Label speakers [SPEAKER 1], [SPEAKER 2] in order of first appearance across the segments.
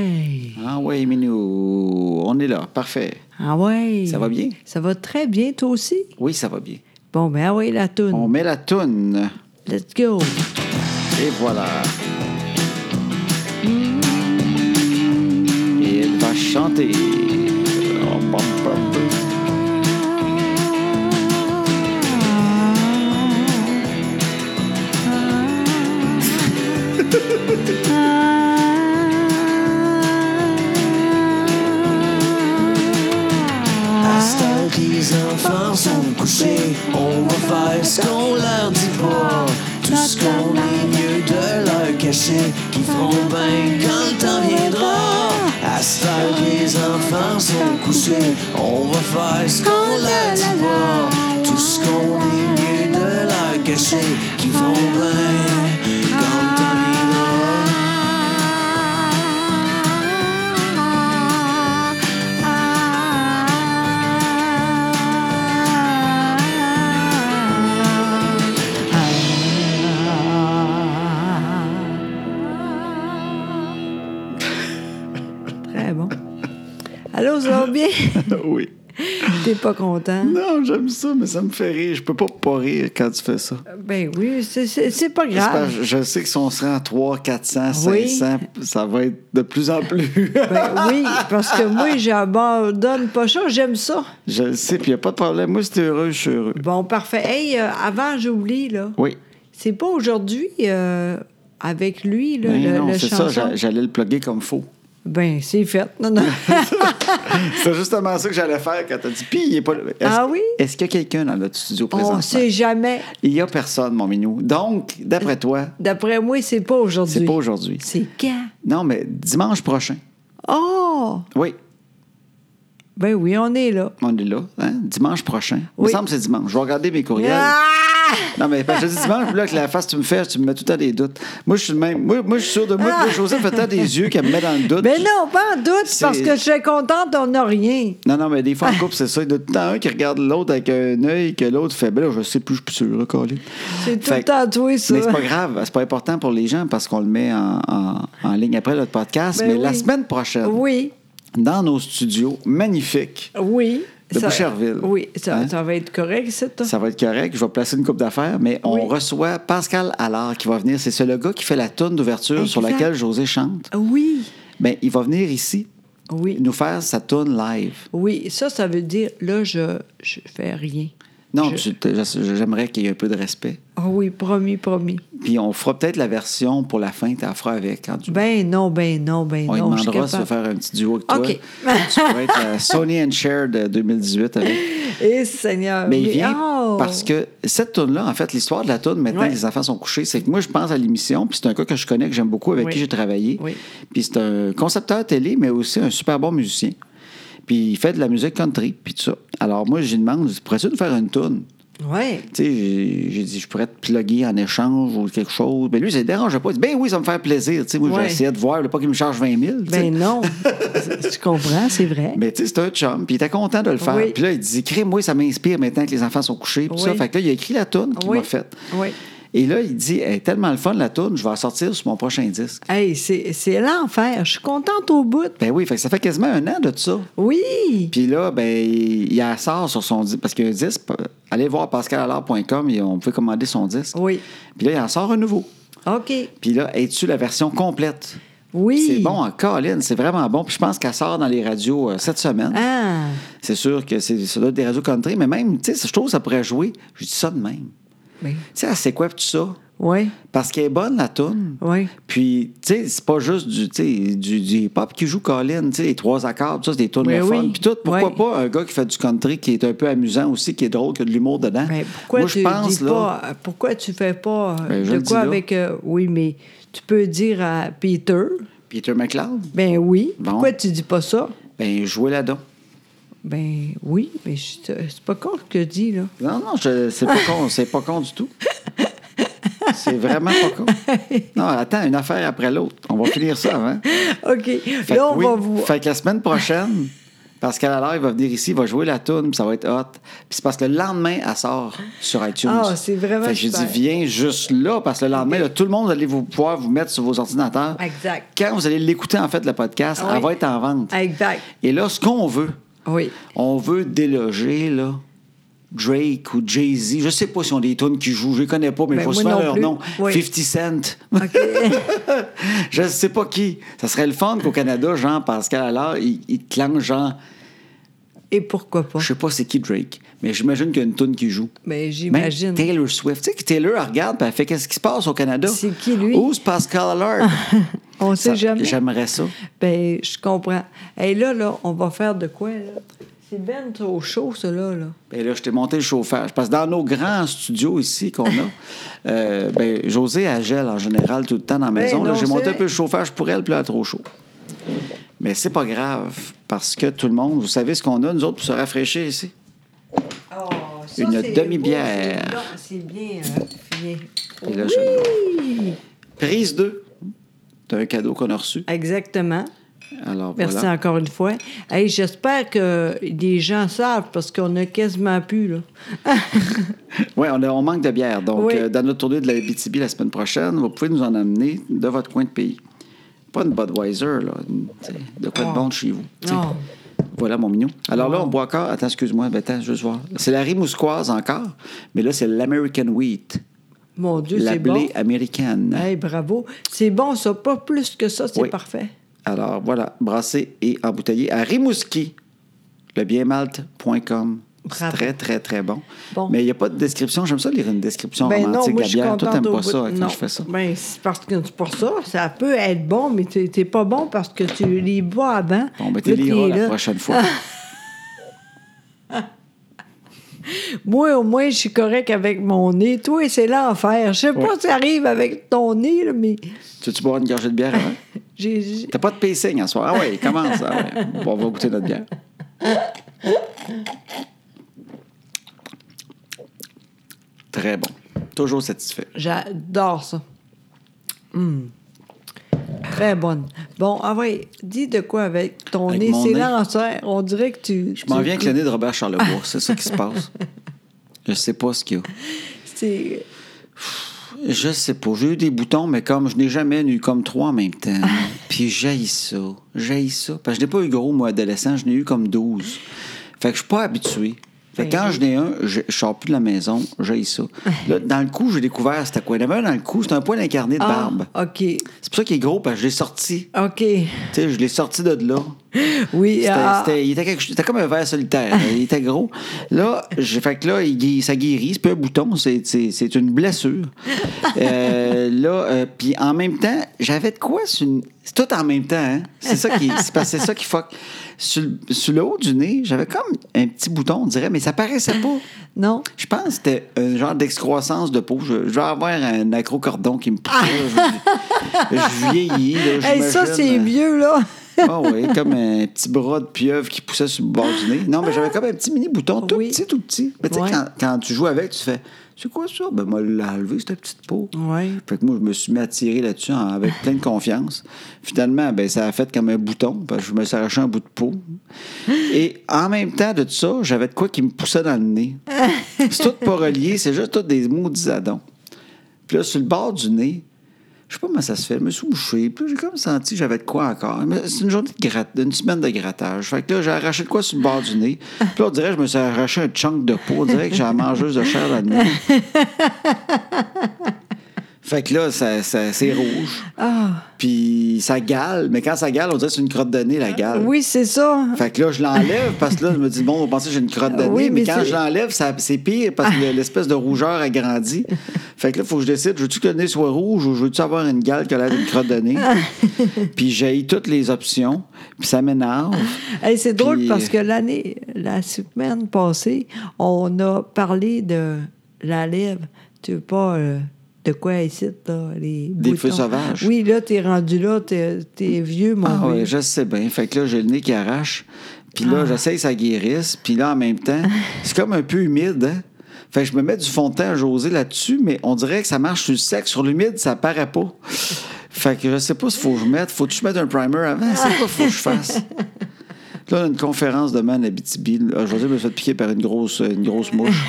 [SPEAKER 1] Ouais.
[SPEAKER 2] Ah ouais, Minou, on est là, parfait.
[SPEAKER 1] Ah ouais.
[SPEAKER 2] Ça va bien?
[SPEAKER 1] Ça va très bien, toi aussi?
[SPEAKER 2] Oui, ça va bien.
[SPEAKER 1] Bon, ben ah ouais, la toune.
[SPEAKER 2] On met la toune
[SPEAKER 1] Let's go.
[SPEAKER 2] et voilà. Et elle va chanter. Oh, bum, bum, bum.
[SPEAKER 3] À ce temps que les enfants sont couchés, on va faire ce qu'on leur dit pas. Tout ce qu'on est mieux de leur cacher, qu'ils feront bien quand le temps viendra. À ce temps que les enfants sont couchés, on va faire ce qu'on leur dit pas. Tout ce qu'on est mieux de leur cacher, qu'ils feront bien quand le temps viendra.
[SPEAKER 1] Très bon. Allô, ça va bien?
[SPEAKER 2] oui.
[SPEAKER 1] T'es pas content?
[SPEAKER 2] Non, j'aime ça, mais ça me fait rire. Je peux pas pas rire quand tu fais ça.
[SPEAKER 1] Ben oui, c'est- c'est c'est pas
[SPEAKER 2] C'est parce
[SPEAKER 1] grave.
[SPEAKER 2] que Je sais que si on se rend à 300, 400,
[SPEAKER 1] Oui.
[SPEAKER 2] 500, ça va être de plus en plus.
[SPEAKER 1] Ben oui, parce que moi, j'abandonne pas ça, j'aime ça.
[SPEAKER 2] je le sais, puis il a pas de problème. Moi, si t'es heureux, je suis heureux.
[SPEAKER 1] Bon, parfait. Hey, euh, avant, j'oublie, là.
[SPEAKER 2] Oui.
[SPEAKER 1] C'est pas aujourd'hui euh, avec lui, là,
[SPEAKER 2] Ben
[SPEAKER 1] le,
[SPEAKER 2] non,
[SPEAKER 1] le
[SPEAKER 2] c'est ça,
[SPEAKER 1] chanson.
[SPEAKER 2] j'a- j'allais le plugger comme faux.
[SPEAKER 1] ben, c'est fait. Non, non.
[SPEAKER 2] C'est justement ça que j'allais faire quand t'as dit, puis il est pas là. Est-ce-
[SPEAKER 1] Ah oui?
[SPEAKER 2] Est-ce qu'il y a quelqu'un dans notre studio
[SPEAKER 1] On
[SPEAKER 2] présentement?
[SPEAKER 1] sait jamais.
[SPEAKER 2] Il y a personne, mon minou. Donc, d'après toi,
[SPEAKER 1] D'après moi, c'est pas aujourd'hui.
[SPEAKER 2] c'est pas aujourd'hui.
[SPEAKER 1] C'est quand?
[SPEAKER 2] Non, mais dimanche prochain.
[SPEAKER 1] Oh!
[SPEAKER 2] Oui,
[SPEAKER 1] Ben oui, on est là.
[SPEAKER 2] on est là. hein, Dimanche prochain. Il
[SPEAKER 1] Oui.
[SPEAKER 2] me semble que c'est dimanche. Je vais regarder mes courriels.
[SPEAKER 1] Ah!
[SPEAKER 2] Non, mais parce que je dis dimanche, puis là, que la face, tu me fais, tu me mets tout le temps des doutes. Moi, je suis le même. Moi, moi je suis sûr de moi. Puis là, Joseph fait tant des yeux qu'elle me met dans le doute.
[SPEAKER 1] Ben non, pas en doute,
[SPEAKER 2] C'est-
[SPEAKER 1] parce que je suis contente, on n'a rien.
[SPEAKER 2] Non, non, mais des fois, en couple, c'est ça. Il y en a tout le temps un qui regarde l'autre avec un œil que l'autre fait. Ben là, je sais plus, je suis plus sûr, là, Colin.
[SPEAKER 1] C'est tout
[SPEAKER 2] Fait
[SPEAKER 1] le
[SPEAKER 2] que-
[SPEAKER 1] temps toi, ça.
[SPEAKER 2] Mais c'est pas grave, c'est pas important pour les gens parce qu'on le met en, en- en ligne après notre podcast.
[SPEAKER 1] Ben
[SPEAKER 2] mais la
[SPEAKER 1] oui.
[SPEAKER 2] semaine prochaine,
[SPEAKER 1] Oui,
[SPEAKER 2] dans nos studios magnifiques,
[SPEAKER 1] oui.
[SPEAKER 2] De Boucherville.
[SPEAKER 1] Oui, ça,
[SPEAKER 2] Hein?
[SPEAKER 1] ça va être correct, c'est toi.
[SPEAKER 2] ça va être correct, je vais placer une coupe d'affaires, mais on
[SPEAKER 1] Oui.
[SPEAKER 2] reçoit Pascal Allard qui va venir. C'est ce- le gars qui fait la tonne d'ouverture sur
[SPEAKER 1] Exact.
[SPEAKER 2] laquelle José chante.
[SPEAKER 1] Oui,
[SPEAKER 2] Ben, il va venir ici
[SPEAKER 1] oui.
[SPEAKER 2] nous faire sa tonne live.
[SPEAKER 1] Oui, ça, ça veut dire, là, je, je fais rien.
[SPEAKER 2] Non,
[SPEAKER 1] Je-
[SPEAKER 2] tu- te- je- j'aimerais qu'il y ait un peu de respect.
[SPEAKER 1] Ah oui, promis, promis.
[SPEAKER 2] Puis on fera peut-être la version pour la fin, t'en feras avec. Quand tu-
[SPEAKER 1] Ben non, ben non, ben
[SPEAKER 2] on lui
[SPEAKER 1] non. je suis
[SPEAKER 2] demandera de
[SPEAKER 1] capable.
[SPEAKER 2] faire un petit duo avec toi.
[SPEAKER 1] OK.
[SPEAKER 2] tu pourrais être la Sony and Cher de 2018 avec.
[SPEAKER 1] Eh, Seigneur.
[SPEAKER 2] Mais il
[SPEAKER 1] oui.
[SPEAKER 2] vient
[SPEAKER 1] Oh!
[SPEAKER 2] parce que cette toune-là, en fait, l'histoire de la toune, maintenant
[SPEAKER 1] Ouais.
[SPEAKER 2] que les enfants sont couchés, c'est que moi, je pense à l'émission, puis c'est un gars que je connais, que j'aime beaucoup, avec
[SPEAKER 1] Oui.
[SPEAKER 2] qui j'ai travaillé.
[SPEAKER 1] Oui.
[SPEAKER 2] Puis c'est un concepteur télé, mais aussi un super bon musicien. Puis il fait de la musique country, puis tout ça. Alors moi, je lui demande, pourrais-tu nous faire une toune?
[SPEAKER 1] Ouais.
[SPEAKER 2] Tu sais, j'ai j'ai dit, je pourrais te plugger en échange ou quelque chose. Mais lui, ça ne dérange pas. Il dit, ben oui, ça va me faire plaisir. Tu sais, moi,
[SPEAKER 1] Ouais.
[SPEAKER 2] j'essayais de voir, là, pas qu'il me charge 20 000. tu sais.
[SPEAKER 1] Ben non. tu comprends, c'est vrai.
[SPEAKER 2] Mais tu sais, c'est un chum, puis il était content de le faire.
[SPEAKER 1] Oui.
[SPEAKER 2] Puis là, il dit, crée-moi, ça m'inspire maintenant que les enfants sont couchés. Puis ça,
[SPEAKER 1] Oui.
[SPEAKER 2] fait que là, il a écrit la toune qu'il
[SPEAKER 1] Oui.
[SPEAKER 2] m'a faite.
[SPEAKER 1] Oui.
[SPEAKER 2] Et là, il dit, elle est tellement le fun, la toune, je vais la sortir sur mon prochain disque.
[SPEAKER 1] Hey, c'est c'est l'enfer. Je suis contente au bout.
[SPEAKER 2] Ben oui, fait que ça fait quasiment un an de ça.
[SPEAKER 1] Oui.
[SPEAKER 2] Puis là, ben, il il la sort sur son disque, parce qu'il y a un disque, allez voir pascalallard.com, et on peut commander son disque.
[SPEAKER 1] Oui.
[SPEAKER 2] Puis là, il en sort un nouveau.
[SPEAKER 1] OK.
[SPEAKER 2] Puis là, es-tu la version complète?
[SPEAKER 1] Oui.
[SPEAKER 2] C'est bon hein? en colline, c'est vraiment bon. Puis je pense qu'elle sort dans les radios euh, cette semaine.
[SPEAKER 1] Ah.
[SPEAKER 2] C'est sûr que c'est, ça doit être des radios country, mais même, tu sais, je trouve que ça pourrait jouer. Je dis ça de même.
[SPEAKER 1] Ben,
[SPEAKER 2] Tu sais, elle sait quoi, pis tout ça.
[SPEAKER 1] oui.
[SPEAKER 2] Parce qu'elle est bonne, la toune.
[SPEAKER 1] Oui.
[SPEAKER 2] Puis, tu sais, c'est pas juste du, tu sais, du, du hip-hop qui joue Colin, tu sais, les trois accords, tout ça, c'est des tunes
[SPEAKER 1] Ben
[SPEAKER 2] le
[SPEAKER 1] oui.
[SPEAKER 2] fun. Puis tout, pourquoi
[SPEAKER 1] Oui.
[SPEAKER 2] pas un gars qui fait du country qui est un peu amusant aussi, qui est drôle, qui a de l'humour dedans.
[SPEAKER 1] Mais Ben, pourquoi
[SPEAKER 2] Moi,
[SPEAKER 1] tu
[SPEAKER 2] je pense,
[SPEAKER 1] dis
[SPEAKER 2] là,
[SPEAKER 1] pas, pourquoi tu fais pas euh,
[SPEAKER 2] Ben, je le
[SPEAKER 1] de
[SPEAKER 2] dis
[SPEAKER 1] quoi
[SPEAKER 2] là.
[SPEAKER 1] avec euh, oui, mais tu peux dire à Peter,
[SPEAKER 2] Peter McLeod,
[SPEAKER 1] ben oui.
[SPEAKER 2] Bon.
[SPEAKER 1] Pourquoi tu dis pas ça?
[SPEAKER 2] ben, jouer là-dedans.
[SPEAKER 1] Ben oui, mais je- c'est pas con ce que je dis là.
[SPEAKER 2] Non, non, je- c'est pas con, c'est pas con du tout. C'est vraiment pas con. Non, attends, une affaire après l'autre. On va finir ça hein? avant.
[SPEAKER 1] OK.
[SPEAKER 2] Fait
[SPEAKER 1] là,
[SPEAKER 2] que
[SPEAKER 1] on
[SPEAKER 2] oui.
[SPEAKER 1] va vous.
[SPEAKER 2] Fait que la semaine prochaine, Parce qu'à la l'heure, il va venir ici, il va jouer la tune, puis ça va être hot. Puis c'est parce que le lendemain, elle sort sur iTunes.
[SPEAKER 1] Ah, c'est vraiment
[SPEAKER 2] Fait que j'ai dit,
[SPEAKER 1] super.
[SPEAKER 2] viens juste là, parce que le lendemain, là, tout le monde, vous allez vous pouvoir vous mettre sur vos ordinateurs.
[SPEAKER 1] Exact.
[SPEAKER 2] Quand vous allez l'écouter, en fait, le podcast,
[SPEAKER 1] Ah oui.
[SPEAKER 2] elle va être en vente.
[SPEAKER 1] Exact.
[SPEAKER 2] Et là, ce qu'on veut,
[SPEAKER 1] Oui.
[SPEAKER 2] on veut déloger, là, Drake ou Jay-Z. Je sais pas si on des tunes qui jouent, je les connais pas, mais il
[SPEAKER 1] Ben,
[SPEAKER 2] faut
[SPEAKER 1] moi
[SPEAKER 2] souvent
[SPEAKER 1] non
[SPEAKER 2] leur
[SPEAKER 1] plus.
[SPEAKER 2] nom.
[SPEAKER 1] Oui.
[SPEAKER 2] 50 Cent.
[SPEAKER 1] OK.
[SPEAKER 2] je sais pas qui. Ça serait le fun qu'au Canada, genre, Pascal Allard, il, il te clenche, genre,
[SPEAKER 1] Et pourquoi pas?
[SPEAKER 2] je sais pas c'est qui Drake, mais j'imagine qu'il y a une tune qui joue.
[SPEAKER 1] Mais
[SPEAKER 2] Même
[SPEAKER 1] Ben, j'imagine.
[SPEAKER 2] Taylor Swift. Tu sais que Taylor, elle regarde, puis elle fait qu'est-ce qui se passe au Canada?
[SPEAKER 1] C'est qui, lui?
[SPEAKER 2] Où c'est Pascal Allard?
[SPEAKER 1] On
[SPEAKER 2] Ça-
[SPEAKER 1] sait jamais.
[SPEAKER 2] J'aimerais ça.
[SPEAKER 1] Ben, je comprends. Et là, là, on va faire de quoi, là? C'est ben trop chaud, ça, là. là.
[SPEAKER 2] Et Ben là, je t'ai monté le chauffage. Parce que dans nos grands studios ici qu'on a, euh, ben, José, elle gèle en général tout le temps dans la
[SPEAKER 1] Ben
[SPEAKER 2] maison. Là,
[SPEAKER 1] non,
[SPEAKER 2] J'ai
[SPEAKER 1] c'est
[SPEAKER 2] monté un
[SPEAKER 1] vrai.
[SPEAKER 2] peu le chauffage pour elle, puis là, elle est trop chaud. Mais c'est pas grave, parce que tout le monde, vous savez ce qu'on a, nous autres, pour se rafraîchir ici.
[SPEAKER 1] Ah, ça,
[SPEAKER 2] Une
[SPEAKER 1] c'est
[SPEAKER 2] demi-bière.
[SPEAKER 1] beau, C'est bien, euh, bien.
[SPEAKER 2] Et là, je- Prise 2. C'est un cadeau qu'on a reçu.
[SPEAKER 1] Exactement.
[SPEAKER 2] Alors,
[SPEAKER 1] Merci
[SPEAKER 2] voilà.
[SPEAKER 1] encore une fois. Hey, j'espère que des gens savent parce qu'on a quasiment pu, là.
[SPEAKER 2] Oui, on, a- on manque de bière. Donc,
[SPEAKER 1] Oui.
[SPEAKER 2] euh, dans notre tournée de la BTB la semaine prochaine, vous pouvez nous en amener de votre coin de pays. Pas une Budweiser, là. une- tu sais, de quoi de
[SPEAKER 1] Oh.
[SPEAKER 2] bon de chez vous. tu sais.
[SPEAKER 1] Non. Oh.
[SPEAKER 2] Voilà, mon mignon. Alors là, on boit encore. Attends, excuse-moi. Ben, attends, juste voir. C'est la rimousquoise encore, mais là, c'est l'American Wheat,
[SPEAKER 1] Mon Dieu,
[SPEAKER 2] la
[SPEAKER 1] c'est bon.
[SPEAKER 2] blé américaine.
[SPEAKER 1] Hey, bravo. C'est bon, ça. Pas plus que ça, c'est
[SPEAKER 2] Oui.
[SPEAKER 1] parfait.
[SPEAKER 2] Alors voilà, brassé et embouteillé à Rimouski, lebienmalte.com. C'est
[SPEAKER 1] Bravo.
[SPEAKER 2] très, très, très bon.
[SPEAKER 1] Bon.
[SPEAKER 2] Mais il n'y a pas de description. J'aime ça, lire une description
[SPEAKER 1] Ben non,
[SPEAKER 2] romantique
[SPEAKER 1] moi,
[SPEAKER 2] de
[SPEAKER 1] je
[SPEAKER 2] la
[SPEAKER 1] suis
[SPEAKER 2] bière. Toi,
[SPEAKER 1] contente
[SPEAKER 2] t'aimes
[SPEAKER 1] au
[SPEAKER 2] pas
[SPEAKER 1] bout.
[SPEAKER 2] ça hein, quand
[SPEAKER 1] Non.
[SPEAKER 2] je fais ça.
[SPEAKER 1] Ben, c'est parce que c'est pour ça. Ça peut être bon, mais t'es t'es pas bon parce que tu les bois avant.
[SPEAKER 2] Bon, ben,
[SPEAKER 1] Là,
[SPEAKER 2] t'es
[SPEAKER 1] t'es
[SPEAKER 2] liras la
[SPEAKER 1] là.
[SPEAKER 2] prochaine fois.
[SPEAKER 1] Moi, au moins, je suis correct avec mon nez. Toi, c'est l'enfer. Je sais pas si ça arrive avec ton nez, là, mais
[SPEAKER 2] tu veux-tu boire une gorgée de bière avant?
[SPEAKER 1] j'ai- j'ai...
[SPEAKER 2] T'as pas de pacing en soir. Ah oui, commence. Ah ouais. Bon, on va goûter notre bière. Très bon. Toujours satisfait.
[SPEAKER 1] J'adore ça. Hum. Très bonne. Bon, ah ouais, dis de quoi avec ton
[SPEAKER 2] Avec
[SPEAKER 1] nez.
[SPEAKER 2] mon
[SPEAKER 1] C'est
[SPEAKER 2] nez.
[SPEAKER 1] l'enfer. On dirait que tu...
[SPEAKER 2] Je m'en viens avec le nez de Robert Charlebois. C'est ça qui se passe. Je sais pas ce qu'il y a.
[SPEAKER 1] C'est...
[SPEAKER 2] Je sais pas. J'ai eu des boutons, mais comme je n'ai jamais eu comme trois en même temps. Puis j'haïs ça. J'haïs ça. Parce que je n'ai pas eu gros, moi, adolescent. Je n'ai eu comme 12. Fait que je suis pas habitué. Fait que quand je n'ai un, je ne sors plus de la maison. J'haïs ça. Là, dans le cou, j'ai découvert c'était quoi. Il y en avait un dans le cou. C'était un poil incarné de
[SPEAKER 1] Ah,
[SPEAKER 2] barbe.
[SPEAKER 1] OK.
[SPEAKER 2] C'est pour ça qu'il est gros, parce que je l'ai sorti.
[SPEAKER 1] OK.
[SPEAKER 2] Tu sais, je l'ai sorti de là.
[SPEAKER 1] Oui,
[SPEAKER 2] C'était-
[SPEAKER 1] ah,
[SPEAKER 2] c'était- il, était quelque chose- c'était comme un verre solitaire. Il était gros. Là, j'ai fait que là, il gui- ça guérit. C'est pas un bouton, c'est- c'est c'est une blessure. Euh, là, euh, puis en même temps, j'avais de quoi sur une- C'est tout en même temps, hein? C'est ça qui. C'est parce que c'est ça qui fuck. Sur, le- sur le haut du nez, j'avais comme un petit bouton, on dirait, mais ça paraissait pas.
[SPEAKER 1] non?
[SPEAKER 2] Je pense que c'était un genre d'excroissance de peau. Je, je vais avoir un acrocordon qui me pousse. là. Je, je vieillis. là,
[SPEAKER 1] Hey, ça,
[SPEAKER 2] j'imagine. euh, hein.
[SPEAKER 1] c'est vieux, là.
[SPEAKER 2] Ah oui, comme un petit bras de pieuvre qui poussait sur le bord du nez. Non, mais j'avais comme un petit mini bouton, tout
[SPEAKER 1] Oui.
[SPEAKER 2] petit, tout petit. Mais tu sais,
[SPEAKER 1] Ouais.
[SPEAKER 2] quand, quand tu joues avec, tu fais C'est quoi ça? Ben, moi, l'a enlevé, cette petite peau.
[SPEAKER 1] Ouais.
[SPEAKER 2] Fait que moi, je me suis mis à tirer là-dessus en- avec plein de confiance. Finalement, ben, ça a fait comme un bouton, parce que je me suis arraché un bout de peau. Et en même temps de tout ça, j'avais de quoi qui me poussait dans le nez. C'est tout pas relié, c'est juste tout des maudits adons. Puis là, sur le bord du nez, je sais pas comment ça se fait, je me suis bouché. Puis là, j'ai comme senti que j'avais de quoi encore. Mais C'est une journée de gratte, une semaine de grattage. Fait que là, j'ai arraché de quoi sur le bord du nez. Puis là, on dirait que je me suis arraché un chunk de peau. On dirait que j'ai la mangeuse de chair là dedans Fait que là, ça, ça- c'est rouge.
[SPEAKER 1] Ah,
[SPEAKER 2] Puis ça gale. Mais quand ça gale, on dirait que c'est une crotte de nez, la gale.
[SPEAKER 1] oui, c'est ça.
[SPEAKER 2] Fait que là, je l'enlève parce que là, je me dis, bon, on pensait que j'ai une crotte de nez,
[SPEAKER 1] Oui,
[SPEAKER 2] mais,
[SPEAKER 1] mais
[SPEAKER 2] quand
[SPEAKER 1] c'est-
[SPEAKER 2] je l'enlève, ça- c'est pire parce que l'espèce de rougeur a grandi. Fait que là, il faut que je décide, veux-tu que le nez soit rouge ou je veux-tu avoir une gale qui a l'air d'une crotte de nez? puis j'ai toutes les options, puis ça m'énerve.
[SPEAKER 1] Hey, c'est drôle
[SPEAKER 2] Puis- euh,
[SPEAKER 1] parce que l'année, la semaine passée, on a parlé de la lèvre. Tu veux pas euh, de quoi ici, là, les
[SPEAKER 2] Des
[SPEAKER 1] boutons.
[SPEAKER 2] feux sauvages.
[SPEAKER 1] Oui, là, t'es rendu là, t'es t'es vieux, mon
[SPEAKER 2] Ah ouais,
[SPEAKER 1] vieux.
[SPEAKER 2] je sais bien. Fait que là, j'ai le nez qui arrache. Puis là, j'essaye que ça guérisse. Puis là, en même temps, c'est comme un peu humide. hein. Fait que je me mets du fond de teint à José là-dessus, mais on dirait que ça marche sur le sec. Sur l'humide, ça paraît pas. Fait que je sais pas s'il faut que je mette. Faut-tu que je mette un primer avant? C'est quoi faut que je fasse? Là, on a une conférence demain à Abitibi. Aujourd'hui, je me suis fait piquer par une grosse, une grosse mouche.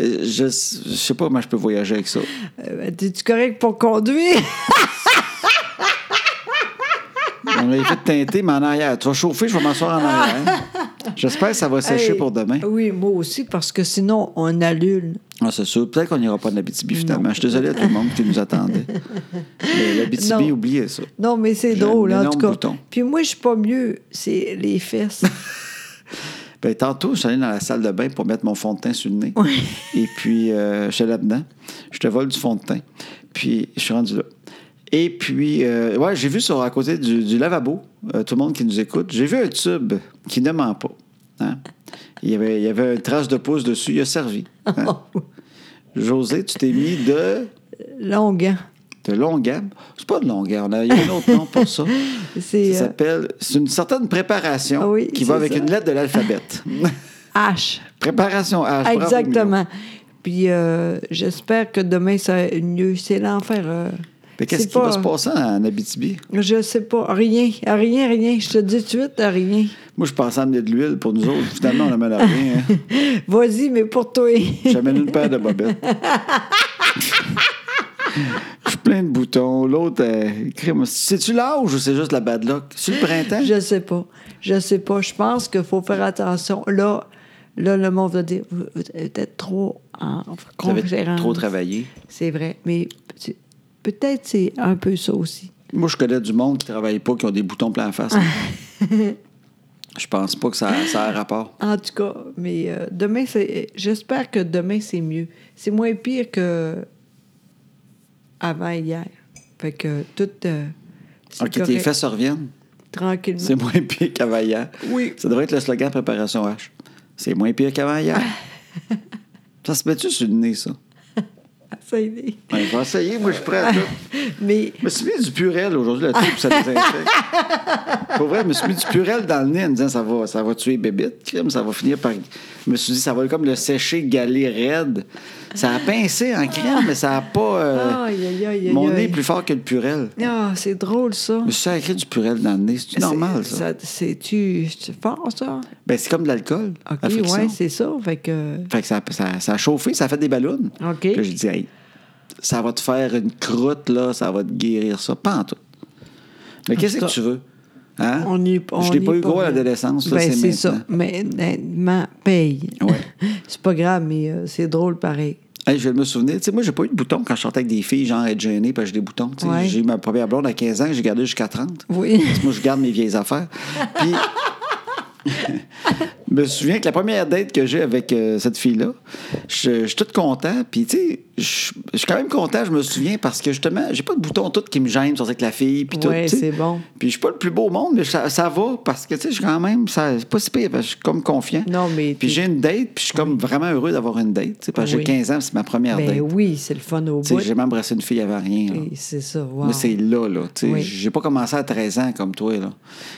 [SPEAKER 2] Euh, je ne sais pas comment je peux voyager avec ça.
[SPEAKER 1] Euh, T'es-tu correct pour conduire?
[SPEAKER 2] On l'a fait teinter, mais en arrière. Tu vas chauffer, je vais m'asseoir en arrière. J'espère que ça va sécher
[SPEAKER 1] Hey,
[SPEAKER 2] pour demain.
[SPEAKER 1] Oui, moi aussi, parce que sinon, on annule.
[SPEAKER 2] Ah, c'est sûr. Peut-être qu'on n'ira pas en Abitibi, finalement. Je suis désolé à tout le monde qui nous attendait. Mais l'Abitibi,
[SPEAKER 1] Non.
[SPEAKER 2] oubliez ça.
[SPEAKER 1] Non, mais c'est
[SPEAKER 2] J'ai un
[SPEAKER 1] drôle, en
[SPEAKER 2] énorme
[SPEAKER 1] tout cas.
[SPEAKER 2] bouton.
[SPEAKER 1] Puis moi, je suis pas mieux. C'est les fesses.
[SPEAKER 2] Ben, tantôt, je suis allé dans la salle de bain pour mettre mon fond de teint sur le nez. Et puis, euh, je suis allé là-dedans. Je te vole du fond de teint. Puis, je suis rendu là. Et puis, euh, ouais, j'ai vu sur à côté du, du lavabo, euh, tout le monde qui nous écoute, j'ai vu un tube qui ne ment pas. hein. Il, y avait, il y avait une trace de pouce dessus, il a servi. hein.
[SPEAKER 1] Oh.
[SPEAKER 2] José, tu t'es mis de,
[SPEAKER 1] Longuant.
[SPEAKER 2] de longamme. C'est pas de longamme, là. il y a un autre nom pour ça.
[SPEAKER 1] C'est euh,
[SPEAKER 2] ça s'appelle. C'est une certaine préparation
[SPEAKER 1] Ah oui,
[SPEAKER 2] qui va
[SPEAKER 1] c'est
[SPEAKER 2] avec
[SPEAKER 1] ça.
[SPEAKER 2] une lettre de l'alphabet.
[SPEAKER 1] H.
[SPEAKER 2] Préparation H. bravo, Milo.
[SPEAKER 1] Exactement. Puis euh, j'espère que demain, ça va mieux. C'est l'enfer. euh.
[SPEAKER 2] Mais qu'est-ce
[SPEAKER 1] C'est
[SPEAKER 2] qui
[SPEAKER 1] pas-
[SPEAKER 2] va se passer en Abitibi?
[SPEAKER 1] Je sais pas. Rien. Rien, rien. Je te dis tout de suite, rien.
[SPEAKER 2] Moi, je pensais amener de l'huile pour nous autres. Finalement, on n'amène rien. hein.
[SPEAKER 1] Vas-y, mais pour toi.
[SPEAKER 2] J'amène une paire de bobettes. Je suis plein de boutons. L'autre, euh, crime. C'est-tu l'âge ou c'est juste la bad luck? C'est le printemps?
[SPEAKER 1] Je sais pas. Je sais pas. Je pense qu'il faut faire attention. Là, là, le monde va dire, vous vous êtes trop en
[SPEAKER 2] Vous avez
[SPEAKER 1] conférence.
[SPEAKER 2] trop travaillé.
[SPEAKER 1] C'est vrai, mais c'est- peut-être c'est un peu ça aussi.
[SPEAKER 2] Moi, je connais du monde qui ne travaille pas, qui ont des boutons plein la face. je pense pas que ça, ça a un rapport.
[SPEAKER 1] En tout cas, mais euh, demain, c'est. J'espère que demain, c'est mieux. C'est moins pire que avant hier. Fait que tout. euh, c'est
[SPEAKER 2] OK, tes
[SPEAKER 1] correct,
[SPEAKER 2] fesses reviennent.
[SPEAKER 1] Tranquillement.
[SPEAKER 2] C'est moins pire qu'avant hier.
[SPEAKER 1] Oui.
[SPEAKER 2] Ça devrait être le slogan Préparation H. C'est moins pire qu'avant hier. ça se met-tu sur le nez, ça?
[SPEAKER 1] Ça y est.
[SPEAKER 2] On va essayer, moi je suis prêt à tout.
[SPEAKER 1] Mais
[SPEAKER 2] Je me suis mis du purel aujourd'hui là-dessus, puis ça désinfecte. Pour vrai, je me suis mis du purel dans le nez en me disant ça va, ça va tuer bébite. Crime, Ça va finir par. Je me suis dit, ça va être comme le séché galé raide. Ça a pincé en crème, mais ça a pas. euh,
[SPEAKER 1] Aïe, aïe, aïe, aïe,
[SPEAKER 2] Mon nez est
[SPEAKER 1] aïe.
[SPEAKER 2] plus fort que le purel. Je
[SPEAKER 1] ah, c'est drôle ça.
[SPEAKER 2] me suis sacré du purel dans le nez. C'est normal, ça.
[SPEAKER 1] C'est-tu c'est fort ça?
[SPEAKER 2] Ben, c'est comme de l'alcool.
[SPEAKER 1] Ok,
[SPEAKER 2] à friction.
[SPEAKER 1] ouais, c'est ça. Fait que.
[SPEAKER 2] Euh, Fait que ça, ça- ça a chauffé, ça a fait des ballons.
[SPEAKER 1] OK.
[SPEAKER 2] Puis là, j'ai dit, hey, ça va te faire une croûte, là, ça va te guérir ça. Pas en tout. Mais qu'est-ce que tu veux? Hein?
[SPEAKER 1] On y, on
[SPEAKER 2] Je l'ai
[SPEAKER 1] y
[SPEAKER 2] pas
[SPEAKER 1] est
[SPEAKER 2] eu gros à
[SPEAKER 1] bien.
[SPEAKER 2] l'adolescence, là,
[SPEAKER 1] Ben,
[SPEAKER 2] c'est
[SPEAKER 1] c'est ça.
[SPEAKER 2] maintenant.
[SPEAKER 1] Mais honnêtement, paye.
[SPEAKER 2] Ouais.
[SPEAKER 1] c'est pas grave, mais euh, c'est drôle pareil.
[SPEAKER 2] Hey, je vais me souvenir, tu sais, moi, j'ai pas eu de boutons quand je sortais avec des filles, genre être gêné parce que j'ai des boutons. tu sais.
[SPEAKER 1] Ouais.
[SPEAKER 2] J'ai eu ma première blonde à 15 ans, que j'ai gardé jusqu'à 30.
[SPEAKER 1] Oui.
[SPEAKER 2] Parce que moi, je garde mes vieilles affaires. Puis, je me souviens que la première date que j'ai avec euh, cette fille-là, je je suis tout content. Puis, tu sais, je je suis quand même content, je me souviens, parce que justement, j'ai pas de bouton tout qui me gêne sur avec la fille. Puis tout,
[SPEAKER 1] Ouais,
[SPEAKER 2] tu sais.
[SPEAKER 1] c'est bon.
[SPEAKER 2] Puis, je suis pas le plus beau au monde, mais ça, ça va, parce que, tu sais, je suis quand même, ça- c'est pas si pire, parce que je suis comme confiant.
[SPEAKER 1] Non, mais
[SPEAKER 2] Puis,
[SPEAKER 1] t'es-
[SPEAKER 2] j'ai une date, puis je suis comme vraiment heureux d'avoir une date. tu sais, Parce que
[SPEAKER 1] Oui.
[SPEAKER 2] j'ai 15 ans, c'est ma première
[SPEAKER 1] Ben
[SPEAKER 2] date.
[SPEAKER 1] oui, c'est le fun au
[SPEAKER 2] Tu sais,
[SPEAKER 1] bout.
[SPEAKER 2] J'ai même embrassé une fille avant rien. là.
[SPEAKER 1] Et C'est ça, wow.
[SPEAKER 2] Moi, Ah. c'est là, là. Tu sais,
[SPEAKER 1] Oui.
[SPEAKER 2] J'ai pas commencé à 13 ans comme toi, là.